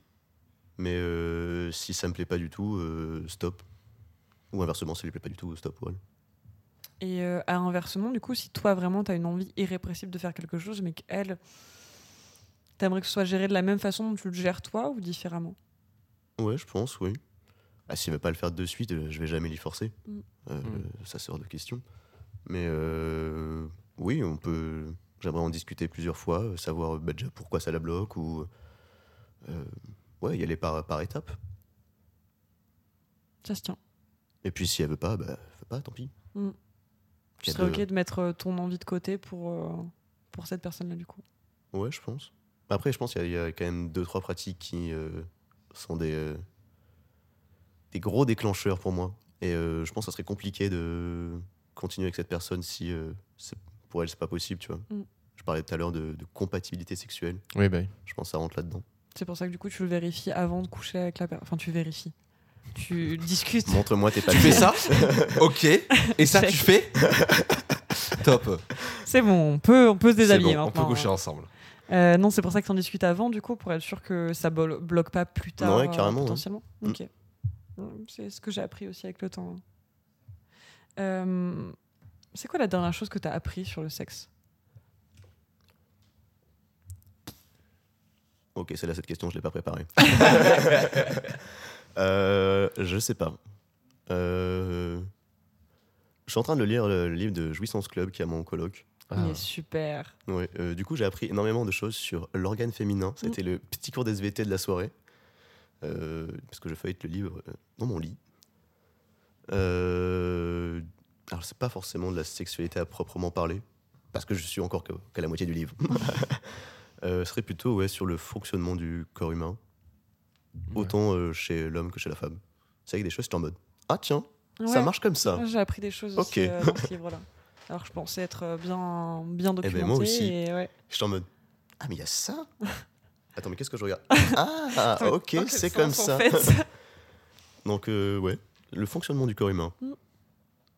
mais euh, si ça me plaît pas du tout, euh, stop. Ou inversement, si ça lui plaît pas du tout, stop. voilà. Et euh, à inversement, du coup, si toi vraiment t'as une envie irrépressible de faire quelque chose, mais qu'elle, t'aimerais que ce soit géré de la même façon dont tu le gères toi ou différemment Ouais, je pense, oui. Ah, s'il veut pas le faire de suite, euh, je vais jamais l'y forcer. Mm. Euh, Mm. Ça sort de question. Mais euh, oui, on peut. J'aimerais en discuter plusieurs fois, euh, savoir euh, bah, déjà pourquoi ça la bloque ou. euh, ouais, y aller par, par étapes. Ça se tient. Et puis si elle veut pas, bah, veut pas, tant pis. Tu Y a serais ok de- de mettre euh, ton envie de côté pour, euh, pour cette personne-là, du coup. Ouais, je pense. Après, je pense qu'il y, a- il y a quand même deux, trois pratiques qui euh, sont des, euh, des gros déclencheurs pour moi. Et euh, je pense que ça serait compliqué de continuer avec cette personne si euh, c'est- pour elle, c'est pas possible, tu vois. Mm. Je parlais tout à l'heure de, de compatibilité sexuelle. Oui, bah oui. Je pense que ça rentre là-dedans. C'est pour ça que du coup, tu le vérifies avant de coucher avec la personne. Enfin, tu vérifies. Tu discutes. Montre-moi tes Tu papiers. fais ça Ok. Et ça, tu fais Top. C'est bon, on peut, on peut se C'est déshabiller bon, on maintenant. hein. peut coucher ensemble. Euh, non, c'est pour ça que t'en discutes avant, du coup, pour être sûr que ça bol- bloque pas plus tard. Ouais, euh, carrément, ouais. potentiellement. Mm. Ok. Mm, C'est ce que j'ai appris aussi avec le temps. hein. Euh, c'est quoi la dernière chose que t'as appris sur le sexe Ok, celle-là, cette question, je l'ai pas préparée. Euh, je sais pas. Euh, je suis en train de lire le livre de Jouissance Club qui est à mon colloque. Ah, Il est super. Ouais, euh, du coup, j'ai appris énormément de choses sur l'organe féminin. Ça a Mm. été le petit cours d'SVT de la soirée. Euh, parce que je feuillette le livre euh, dans mon lit. Euh, alors, c'est pas forcément de la sexualité à proprement parler. Parce que je suis encore que- qu'à la moitié du livre. Euh, ce serait plutôt ouais, sur le fonctionnement du corps humain. Autant euh, chez l'homme que chez la femme. C'est avec des choses, c'est en mode Ah, tiens, ça Ouais. Mm. marche comme ça. J'ai appris des choses Ok. aussi euh, dans ce livre-là. Alors que je pensais être euh, bien, bien ben, documenté. moi aussi. Et ouais. J'étais en mode Ah, mais il y a ça Attends, mais qu'est-ce que je regarde Ah, Dans ok, quel c'est sens, comme en ça. fait Donc, euh, ouais, le fonctionnement du corps humain. Mm.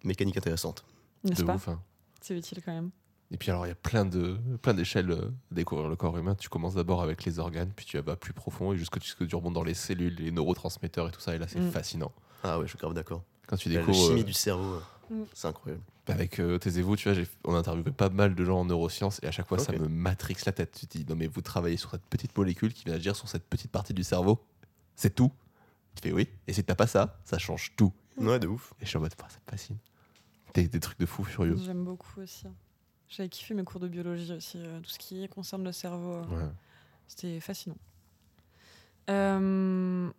Mécanique intéressante. De N'est-ce pas ouf, hein. C'est utile quand même. Et puis alors, il y a plein de plein d'échelles euh, à découvrir le corps humain. Tu commences d'abord avec les organes, puis tu vas plus profond et jusque jusque tu remontes dans les cellules, les neurotransmetteurs et tout ça. Et là, c'est Mm. fascinant. Ah, ouais, je suis grave d'accord. Quand tu La, la découvres chimie euh, du cerveau, euh, Mm. c'est incroyable. avec euh, tes évos, tu vois, j'ai- on a interviewé pas mal de gens en neurosciences et à chaque fois, ça Ok. me matrixe la tête. Tu te dis, non mais vous travaillez sur cette petite molécule qui vient agir sur cette petite partie du cerveau. C'est tout. Tu fais oui. Et si t'as pas ça, ça change tout. Mm. Ouais, de ouf. Et je suis en mode, Ah, ça me fascine. Des, des trucs de fou furieux. J'aime beaucoup aussi. J'avais kiffé mes cours de biologie aussi, euh, tout ce qui concerne le cerveau. euh, Ouais. C'était fascinant. Euh,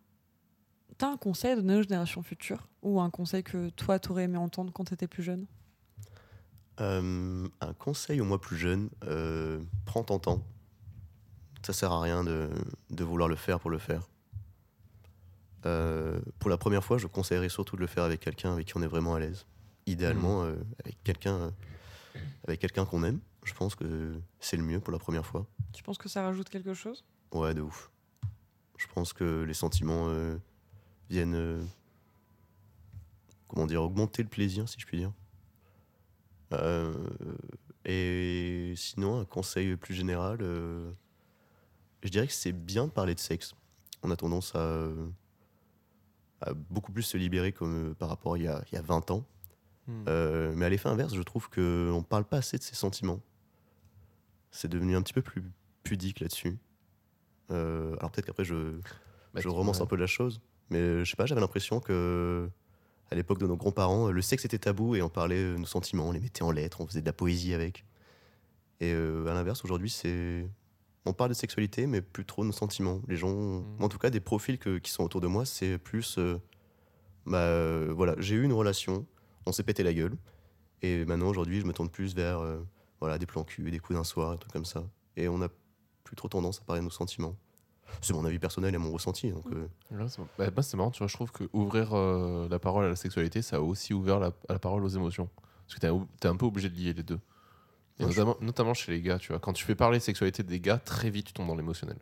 T'as un conseil à donner aux générations futures Ou un conseil que toi, t'aurais aimé entendre quand t'étais plus jeune Euh, un conseil au moi plus jeune euh, prends ton temps. Ça sert à rien de, de vouloir le faire pour le faire. Euh, pour la première fois, je conseillerais surtout de le faire avec quelqu'un avec qui on est vraiment à l'aise. Idéalement, euh, avec quelqu'un avec quelqu'un qu'on aime. Je pense que c'est le mieux pour la première fois. Tu penses que ça rajoute quelque chose Ouais, de ouf. Je pense que les sentiments euh, viennent. euh, comment dire Augmenter le plaisir, si je puis dire. Euh, et sinon, un conseil plus général, euh, je dirais que c'est bien de parler de sexe. On a tendance à, euh, à beaucoup plus se libérer comme, euh, par rapport à il y a, il y a 20 ans. Euh, mais à l'effet inverse, je trouve qu'on ne parle pas assez de ses sentiments. C'est devenu un petit peu plus pudique là-dessus. Euh, alors peut-être qu'après, je, Bah, je tu- romance ouais. un peu la chose. Mais euh, je sais pas, j'avais l'impression que à l'époque de nos grands-parents, euh, le sexe était tabou et on parlait euh, nos sentiments, on les mettait en lettres, on faisait de la poésie avec. Et euh, à l'inverse, aujourd'hui, c'est. On parle de sexualité, mais plus trop de nos sentiments. Les gens, en tout cas, des profils que- qui sont autour de moi, c'est plus. euh, bah euh, voilà, j'ai eu une relation, on s'est pété la gueule. Et maintenant, aujourd'hui, je me tourne plus vers euh, voilà, des plans cul, des coups d'un soir, des trucs comme ça. Et on n'a plus trop tendance à parler de nos sentiments. C'est mon avis personnel et mon ressenti. Donc, euh, Ouais, c'est- bah, moi, c'est marrant, tu vois, je trouve que ouvrir euh, la parole à la sexualité, ça a aussi ouvert la, à la parole aux émotions. Parce que t'es ou- t'es un peu obligé de lier les deux. Et Moi, je- notamment, notamment chez les gars, tu vois. Quand tu fais parler sexualité des gars, très vite, tu tombes dans l'émotionnel.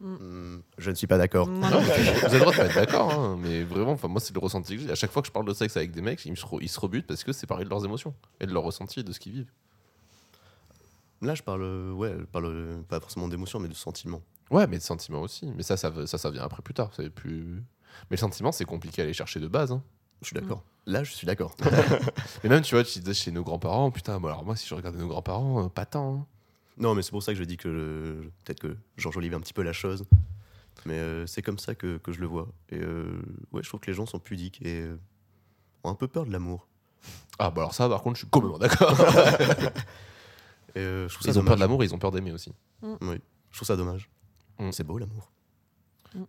hmm, je ne suis pas d'accord. Moi, Non, mais Vous avez le droit de pas être d'accord, hein, mais vraiment, enfin, moi, c'est le ressenti que j'ai. À chaque fois que je parle de sexe avec des mecs, ils, me se re- ils se rebutent parce que c'est parler de leurs émotions et de leurs ressentis et de ce qu'ils vivent. Là, je parle, euh, ouais, je parle euh, pas forcément d'émotion, mais de sentiment. Ouais, mais de sentiments aussi. Mais ça, ça, veut- ça, ça vient après plus tard. c'est Plus... Mais le sentiment, c'est compliqué à aller chercher de base. hein. Je suis d'accord. Là, je suis d'accord. Mais même, tu vois, tu disais chez nos grands-parents, putain, moi, alors moi, si je regardais nos grands-parents, euh, pas tant. hein. non, mais c'est pour ça que je dis que euh, peut-être que j'enjolive un petit peu la chose. Mais euh, c'est comme ça que, que je le vois. Et euh, ouais, je trouve que les gens sont pudiques et euh, ont un peu peur de l'amour. Ah bah alors ça par contre je suis complètement d'accord. Et euh, je trouve ça Ils ont peur dommage. de l'amour, ils ont peur d'aimer aussi. Je trouve ça dommage. Mm. C'est beau l'amour.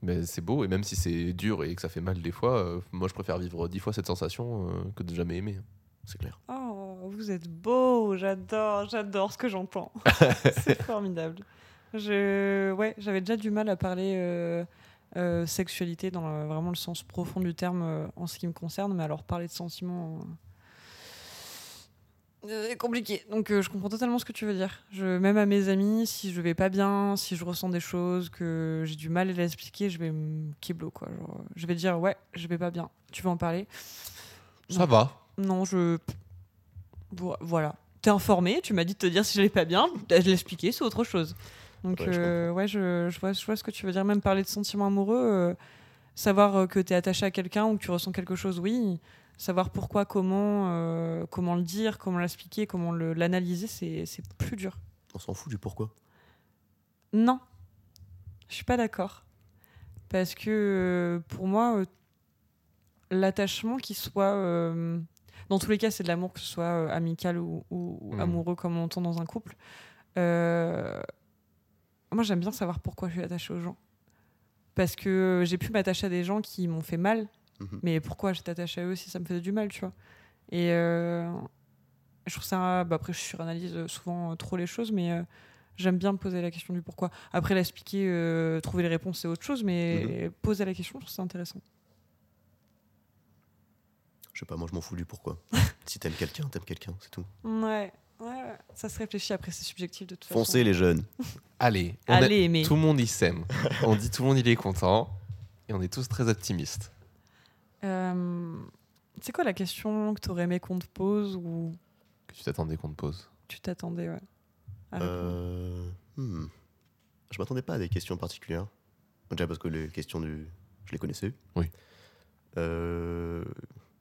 Mais c'est beau et même si c'est dur et que ça fait mal des fois, euh, moi je préfère vivre dix fois cette sensation euh, que de jamais aimer. C'est clair. Oh, vous êtes beau, j'adore, j'adore ce que j'entends. c'est formidable. Je, ouais, j'avais déjà du mal à parler euh, euh, sexualité dans le- vraiment le sens profond du terme euh, en ce qui me concerne, mais alors parler de sentiments. euh, c'est compliqué. Donc euh, je comprends totalement ce que tu veux dire. Je, même à mes amis, si je vais pas bien, si je ressens des choses que j'ai du mal à l'expliquer, je vais me kiblo quoi. Genre, euh, je vais dire ouais, je vais pas bien. Tu veux en parler Ça va. non, je. Vo- Voilà. T'es informé, tu m'as dit de te dire si j'allais pas bien, bah, je l'ai expliqué, c'est autre chose. Donc, Ouais, je euh, ouais, je, je vois, je vois ce que tu veux dire. Même parler de sentiments amoureux, euh, savoir euh, que t'es attaché à quelqu'un ou que tu ressens quelque chose, oui. Savoir pourquoi, comment, euh, comment le dire, comment l'expliquer, comment le- l'analyser, c'est c'est plus dur. On s'en fout du pourquoi. Non, je suis pas d'accord. Parce que euh, pour moi, euh, l'attachement qui soit. euh, dans tous les cas, c'est de l'amour, que ce soit euh, amical ou, ou- ou Mhm. amoureux, comme on entend dans un couple. Euh, moi, j'aime bien savoir pourquoi je suis attachée aux gens. Parce que euh, j'ai pu m'attacher à des gens qui m'ont fait mal, Mhm. mais pourquoi j'étais attachée à eux si ça me faisait du mal, tu vois Et euh, je trouve ça. bah, après, je suranalyse souvent euh, trop les choses, mais euh, j'aime bien me poser la question du pourquoi. Après, l'expliquer, euh, trouver les réponses, c'est autre chose, mais poser la question, je trouve ça intéressant. Je sais pas, moi je m'en fous du pourquoi. si t'aimes quelqu'un, t'aimes quelqu'un, c'est tout. Ouais, ouais, ouais. ça se réfléchit après, c'est subjectif de toute façon. Foncez les jeunes. Allez, on a- Allez, mais. tout le monde y s'aime. on dit tout le monde il est content. Et on est tous très optimistes. Euh, c'est quoi la question que t'aurais aimé qu'on te pose ou Que tu t'attendais qu'on te pose. tu t'attendais ouais, à répondre Euh, hmm. Je m'attendais pas à des questions particulières. Déjà parce que les questions du. Je les connaissais. Oui. Euh,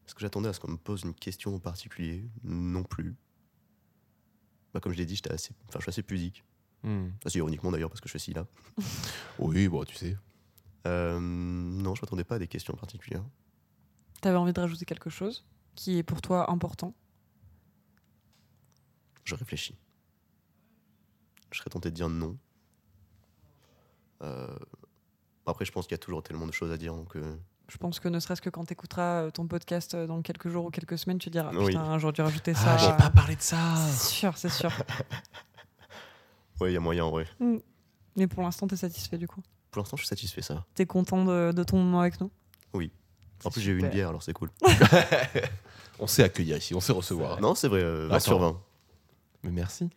Est-ce que j'attendais à ce qu'on me pose une question en particulier Non plus. Bah, comme je l'ai dit, j'étais assez... Enfin, je suis assez pudique. Mm. Assez ironiquement d'ailleurs, parce que je suis là. Oui, bon, tu sais. Euh, non, je m'attendais pas à des questions particulières. T'avais envie de rajouter quelque chose qui est pour toi important Je réfléchis. Je serais tenté de dire non. Euh, Après, je pense qu'il y a toujours tellement de choses à dire. Donc, euh, Je pense que ne serait-ce que quand t'écouteras euh, ton podcast euh, dans quelques jours ou quelques semaines, tu diras Oui. putain, j'aurais dû rajouter Ah, ça. parlé de ça. C'est sûr, c'est sûr. Ouais, il y a moyen, ouais. mais pour l'instant, t'es satisfait du coup Pour l'instant, je suis satisfait, ça. T'es content de, de ton moment avec nous En plus, j'ai eu une Super. bière, alors c'est cool. On sait accueillir ici, on sait recevoir. Non, c'est vrai, euh, 20 sur 20. Mais merci.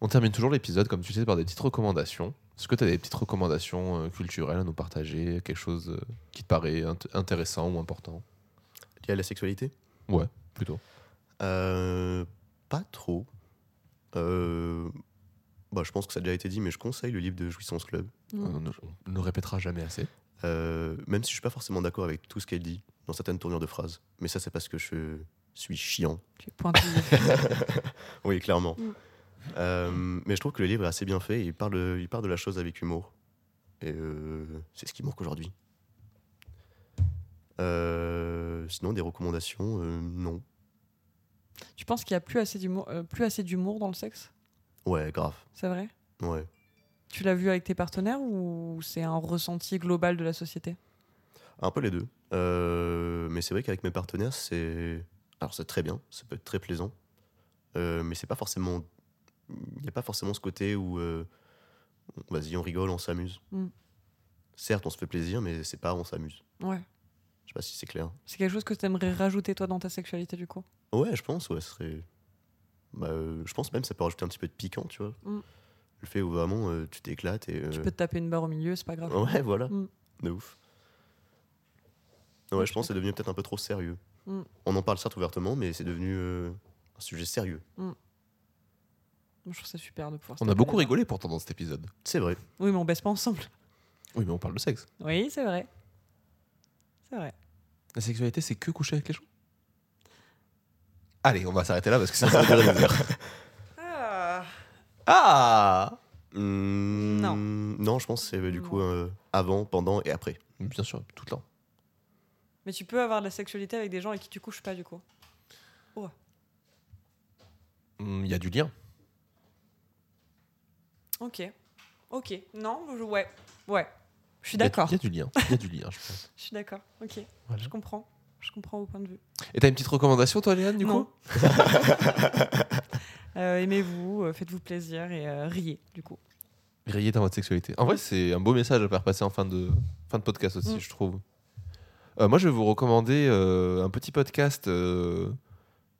On termine toujours l'épisode, comme tu sais, par des petites recommandations. Est-ce que tu as des petites recommandations euh, culturelles à nous partager Quelque chose euh, qui te paraît int- intéressant ou important Lié à la sexualité Plutôt. Euh, Pas trop. Euh, bah, je pense que ça a déjà été dit, mais je conseille le livre de Jouissance Club. Mm. On ne- on ne répétera jamais assez. Euh, même si je suis pas forcément d'accord avec tout ce qu'elle dit dans certaines tournures de phrases. Mais ça, c'est parce que je suis chiant. Tu es pointilleux. Oui, clairement. Mm. Euh, mais je trouve que le livre est assez bien fait. Il parle, de- il parle de la chose avec humour. Et euh, c'est ce qui manque aujourd'hui. Euh, sinon, des recommandations euh, Non. tu penses qu'il y a plus assez d'humour euh, plus assez d'humour dans le sexe Ouais, grave. C'est vrai Ouais. Tu l'as vu avec tes partenaires ou c'est un ressenti global de la société Un peu les deux. Euh, mais c'est vrai qu'avec mes partenaires, c'est. Alors, c'est très bien, ça peut être très plaisant. Euh, mais c'est pas forcément. Il n'y a pas forcément ce côté où. euh, Vas-y, on rigole, on s'amuse. Mm. Certes, on se fait plaisir, mais c'est pas on s'amuse. Ouais. Je sais pas si c'est clair. C'est quelque chose que tu aimerais rajouter toi dans ta sexualité du coup Ouais, je pense, ouais, ce serait. Bah, euh, je pense même que ça peut rajouter un petit peu de piquant, tu vois. Mm. Le fait où vraiment euh, tu t'éclates et. Tu euh, peux te taper une barre au milieu, c'est pas Oh. grave. Ouais, voilà. Mm. De ouf. Ouais, Ouais, je je pense que c'est devenu peut-être un peu trop sérieux. Mm. On en parle certes ouvertement, mais c'est devenu euh, un sujet sérieux. Moi, Je trouve ça super de pouvoir. se On a taper beaucoup la barre. rigolé pourtant dans cet épisode. C'est vrai. Oui, mais on baisse pas ensemble. Oui, mais on parle de sexe. Oui, c'est vrai. C'est vrai. La sexualité, c'est que coucher avec les gens Allez, on va s'arrêter là parce que sinon ça va durer des heures. Ah Mm, Non. Non, je pense que c'est euh, du Non. coup euh, avant, pendant et après. Bien sûr, tout le temps. Mais tu peux avoir de la sexualité avec des gens avec qui tu couches pas du coup. Hmm, Il y a du lien. Ok. Ok. Non, je- ouais. Ouais. Je suis Il y a- d'accord. Il y a du lien. Il y a du lien, je pense. Je suis d'accord. Ok. Voilà. Je comprends. Je comprends au point de vue. Et t'as une petite recommandation, toi, Léane, du Non. coup Euh, Aimez-vous, euh, faites-vous plaisir et euh, riez du coup. Riez dans votre sexualité. En vrai, c'est un beau message à faire passer en fin de, fin de podcast aussi, Mm. je trouve. Euh, moi, je vais vous recommander euh, un petit podcast euh,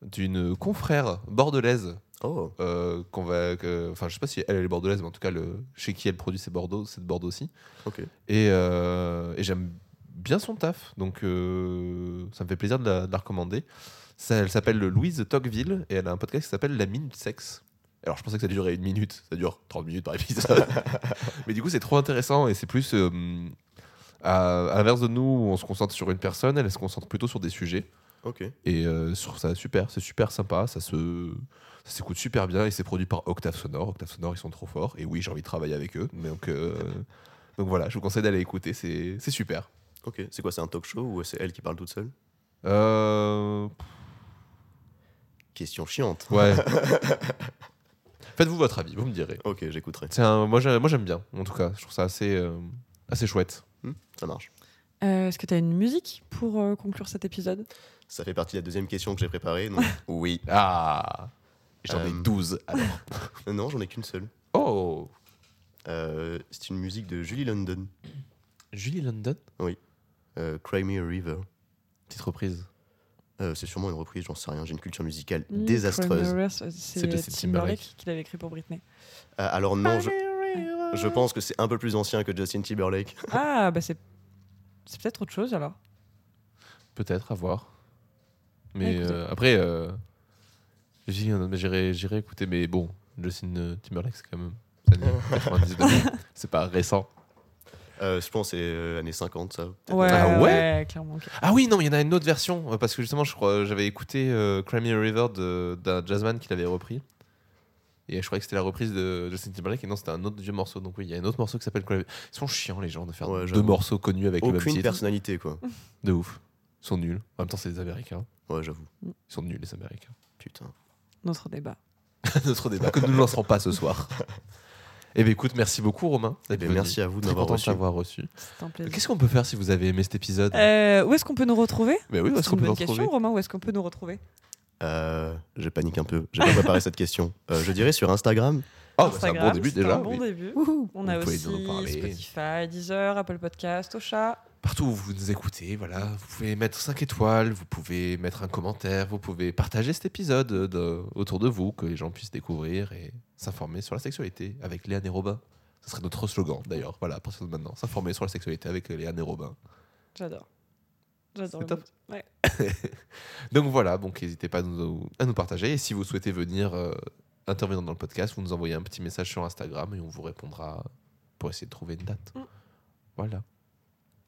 d'une confrère bordelaise Oh, euh, qu'on va. que- Enfin, je sais pas si elle, elle est bordelaise, mais en tout cas, le, chez qui elle produit ses Bordeaux, c'est de Bordeaux aussi. ok. Et, euh, et j'aime bien son taf, donc euh, ça me fait plaisir de la, de la recommander. Ça- elle s'appelle Louise Tocqueville et elle a un podcast qui s'appelle La Minute Sexe. Alors je pensais que ça durait une minute, ça dure 30 minutes par épisode. Mais du coup c'est trop intéressant et c'est plus... euh, à, à l'inverse de nous, où on se concentre sur une personne, elle se concentre plutôt sur des sujets. Ok. Et euh, je trouve ça super, c'est super sympa, ça se ça s'écoute super bien et c'est produit par Octave Sonore. Octave Sonore, ils sont trop forts et oui, j'ai envie de travailler avec eux. Donc, euh, donc voilà, je vous conseille d'aller écouter, c'est c'est super. Ok. C'est quoi C'est un talk show ou c'est elle qui parle toute seule Euh, Question chiante. Ouais. Faites-vous votre avis, vous me direz. Ok, j'écouterai. C'est un- moi, j'ai- moi, j'aime bien, en tout cas. Je trouve ça assez, euh, assez chouette. Ça marche. Euh, Est-ce que tu as une musique pour euh, conclure cet épisode Ça fait partie de la deuxième question que j'ai préparée. donc- oui. Ah J'en ai Euh, 12 alors. Non, j'en ai qu'une seule. Oh Euh, c'est une musique de Julie London. Julie London Euh, Cry Me a River. Petite reprise. Euh, c'est sûrement une reprise, j'en sais rien. J'ai une culture musicale Mm, désastreuse. Cranberries, euh, C'est C'est de Timberlake, Justin Timberlake. qui l'avait écrit pour Britney. Ah, alors non, je, je pense que c'est un peu plus ancien que Justin Timberlake. Ah, bah c'est c'est peut-être autre chose alors. Peut-être, à voir. Mais Écoutez. euh, après, euh, Julie London, mais j'irai j'irai écouter. Mais bon, Justin euh, Timberlake, c'est quand même. les années 99. C'est pas récent. Euh, je pense que c'est euh, années 50, ça. peut-être. Ouais, Ah ouais clairement. ok. Ah oui, non, il y en a une autre version. euh, Parce que justement, je crois, j'avais écouté euh, Cry Me a River de- d'un jazzman qui l'avait repris. Et je croyais que c'était la reprise de Justin Timberlake. Et non, c'était un autre vieux morceau. Donc oui, il y a un autre morceau qui s'appelle Cry Me a River. Ils sont chiants, les gens, de faire Ouais, deux j'avoue. morceaux connus avec le même Aucune titre. personnalité, quoi. De ouf. Ils sont nuls. En même temps, c'est des Américains. Ouais, j'avoue. Ils sont nuls, les Américains. Putain. Notre débat. Notre débat que nous ne lancerons pas ce soir. Eh bien, écoute, merci beaucoup, Romain. Eh d'être bien, venu. merci à vous de Très m'avoir content de reçu. t'avoir reçu. C'est un plaisir. Qu'est-ce qu'on peut faire si vous avez aimé cet épisode Euh, où est-ce qu'on peut nous retrouver Mais oui, où est-ce C'est qu'on une peut bonne le question, retrouver Romain. Où est-ce qu'on peut nous retrouver Euh, je panique un peu. J'ai pas préparé cette question. Euh, je dirais sur Instagram. Oh, bah, c'est un bon Instagram, début c'est déjà. un oui. bon début. On a Vous pouvez aussi nous en parler. Spotify, Deezer, Apple Podcast, Ocha. Partout où vous nous écoutez, voilà, vous pouvez mettre 5 étoiles, vous pouvez mettre un commentaire, vous pouvez partager cet épisode euh, de- autour de vous, que les gens puissent découvrir et s'informer sur la sexualité avec Léa et Robin. Ce serait notre slogan d'ailleurs, voilà, à partir de maintenant, s'informer sur la sexualité avec euh, Léa et Robin. J'adore. J'adore. C'est le top. mot. Ouais. Donc voilà, donc n'hésitez pas à nous, à nous partager. Et si vous souhaitez venir euh, intervenir dans le podcast, vous nous envoyez un petit message sur Instagram et on vous répondra pour essayer de trouver une date. Mm. Voilà.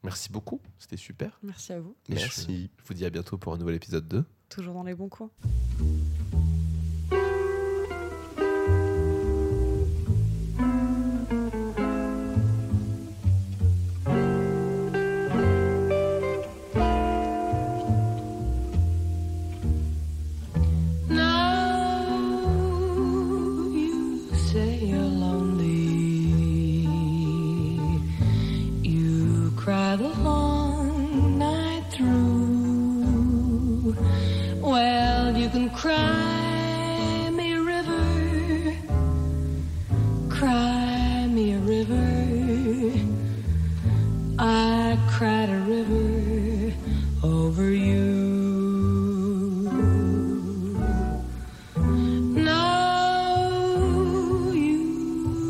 Merci beaucoup, c'était super. Merci à vous. Et je- Merci. Je vous dis à bientôt pour un nouvel épisode 2. Toujours dans les bons coins. Now you say you're lonely. You cry the long night through. Well, you can cry me a river. Cry me a river. I cried a river over you. Now you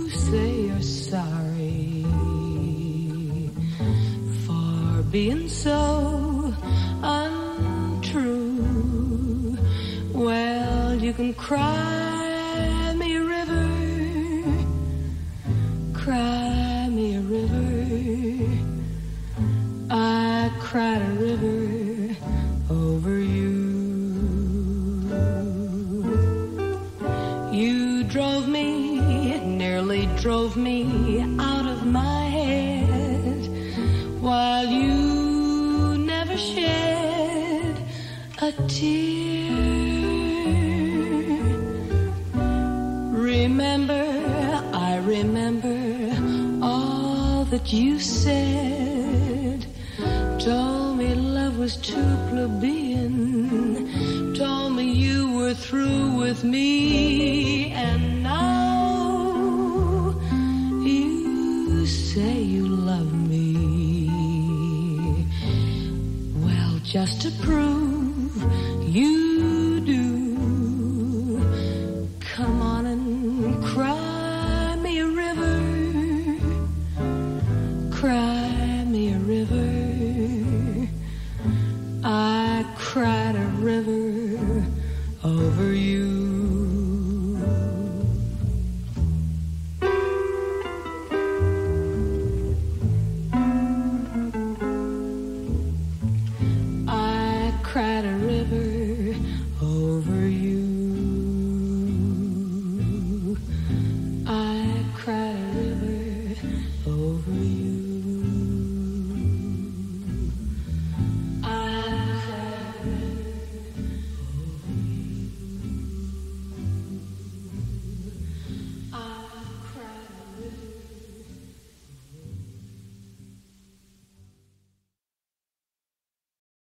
say you're sorry for being so untrue. Well, you can cry me a river, cry me a river. I cried a river over you. You drove me, nearly drove me out of my head, while you never shed a tear. Remember, I remember all that you said. Told me love was too plebeian. Told me you were through with me. And now you say you love me. Well, just to prove you do. Come on and cry me a river. Cry me a river. I cried